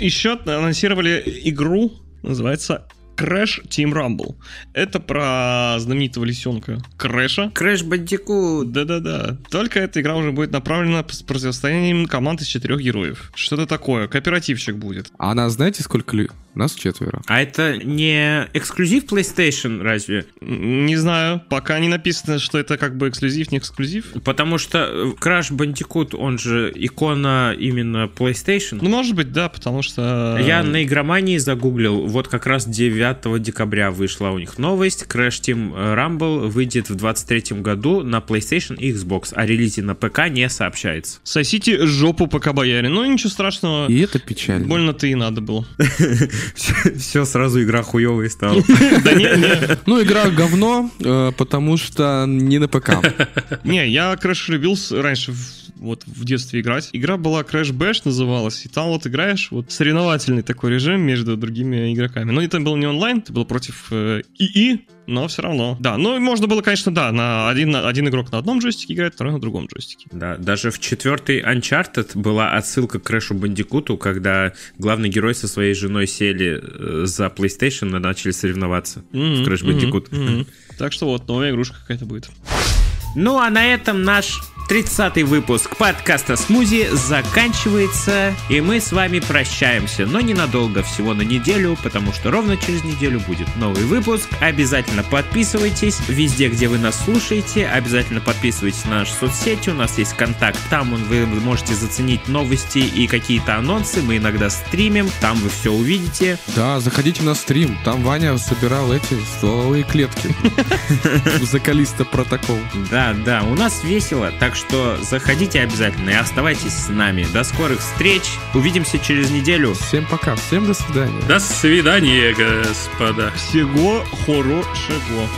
B: Еще анонсировали игру, называется Crash Team Rumble. Это про знаменитого лисенка Крэша.
C: Крэш Бандикут.
B: Да-да-да. Только эта игра уже будет направлена с противостоянием команд из четырех героев. Что-то такое, кооперативчик будет.
A: А нас знаете, сколько ли? Нас четверо.
C: А это не эксклюзив PlayStation, разве?
B: М, Не знаю, пока не написано, что это как бы эксклюзив, не эксклюзив.
C: Потому
E: э,
C: что Краш Бандикут, он же икона именно PlayStation.
B: Ну, может быть, да, потому что... э,
C: Я на игромании загуглил, вот как раз 9 декабря вышла у них новость, Crash Team э, Rumble выйдет в 23 году на PlayStation и Xbox, а релизе на ПК не сообщается.
B: Сосите жопу пока бояре. Ну, ничего страшного.
A: И это печально.
B: Больно-то и надо было.
E: Все, сразу игра хуевая стала.
B: Да не, не,
A: Ну, игра говно, э, потому что не на ПК.
B: Не, я Crash любил с- раньше в- вот в детстве играть. Игра была Crash Bash называлась, и там вот играешь вот соревновательный такой режим между другими игроками. Ну и там был не онлайн, это было против э, ИИ, но все равно. Да, ну и можно было, конечно, да, на один, на- один игрок на одном джойстике играет, второй на другом джойстике.
E: Да, даже в четвертой Uncharted была отсылка к Крэшу Бандикуту, когда главный герой со своей женой сели э, за PlayStation и начали соревноваться
B: Мгм,
E: в Crash
B: мгм,
E: Bandicoot.
B: мгм. Так что вот, новая игрушка какая-то будет.
C: Ну а на этом наш 30-й выпуск подкаста «Смузи» заканчивается, и мы с вами прощаемся, но ненадолго, всего на неделю, потому что ровно через неделю будет новый выпуск. Обязательно подписывайтесь везде, где вы нас слушаете, обязательно подписывайтесь на наши соцсети, у нас есть контакт, там он, вы можете заценить новости и какие-то анонсы, мы иногда стримим, там вы все увидите.
A: Да, заходите на стрим. Там Ваня собирал эти стволовые клетки. Закалиста протокол.
E: Да,
C: Да, у нас весело, так что заходите обязательно и оставайтесь с нами. До скорых встреч, увидимся через неделю.
A: Всем пока, всем до свидания.
D: До свидания, господа.
B: Всего хорошего.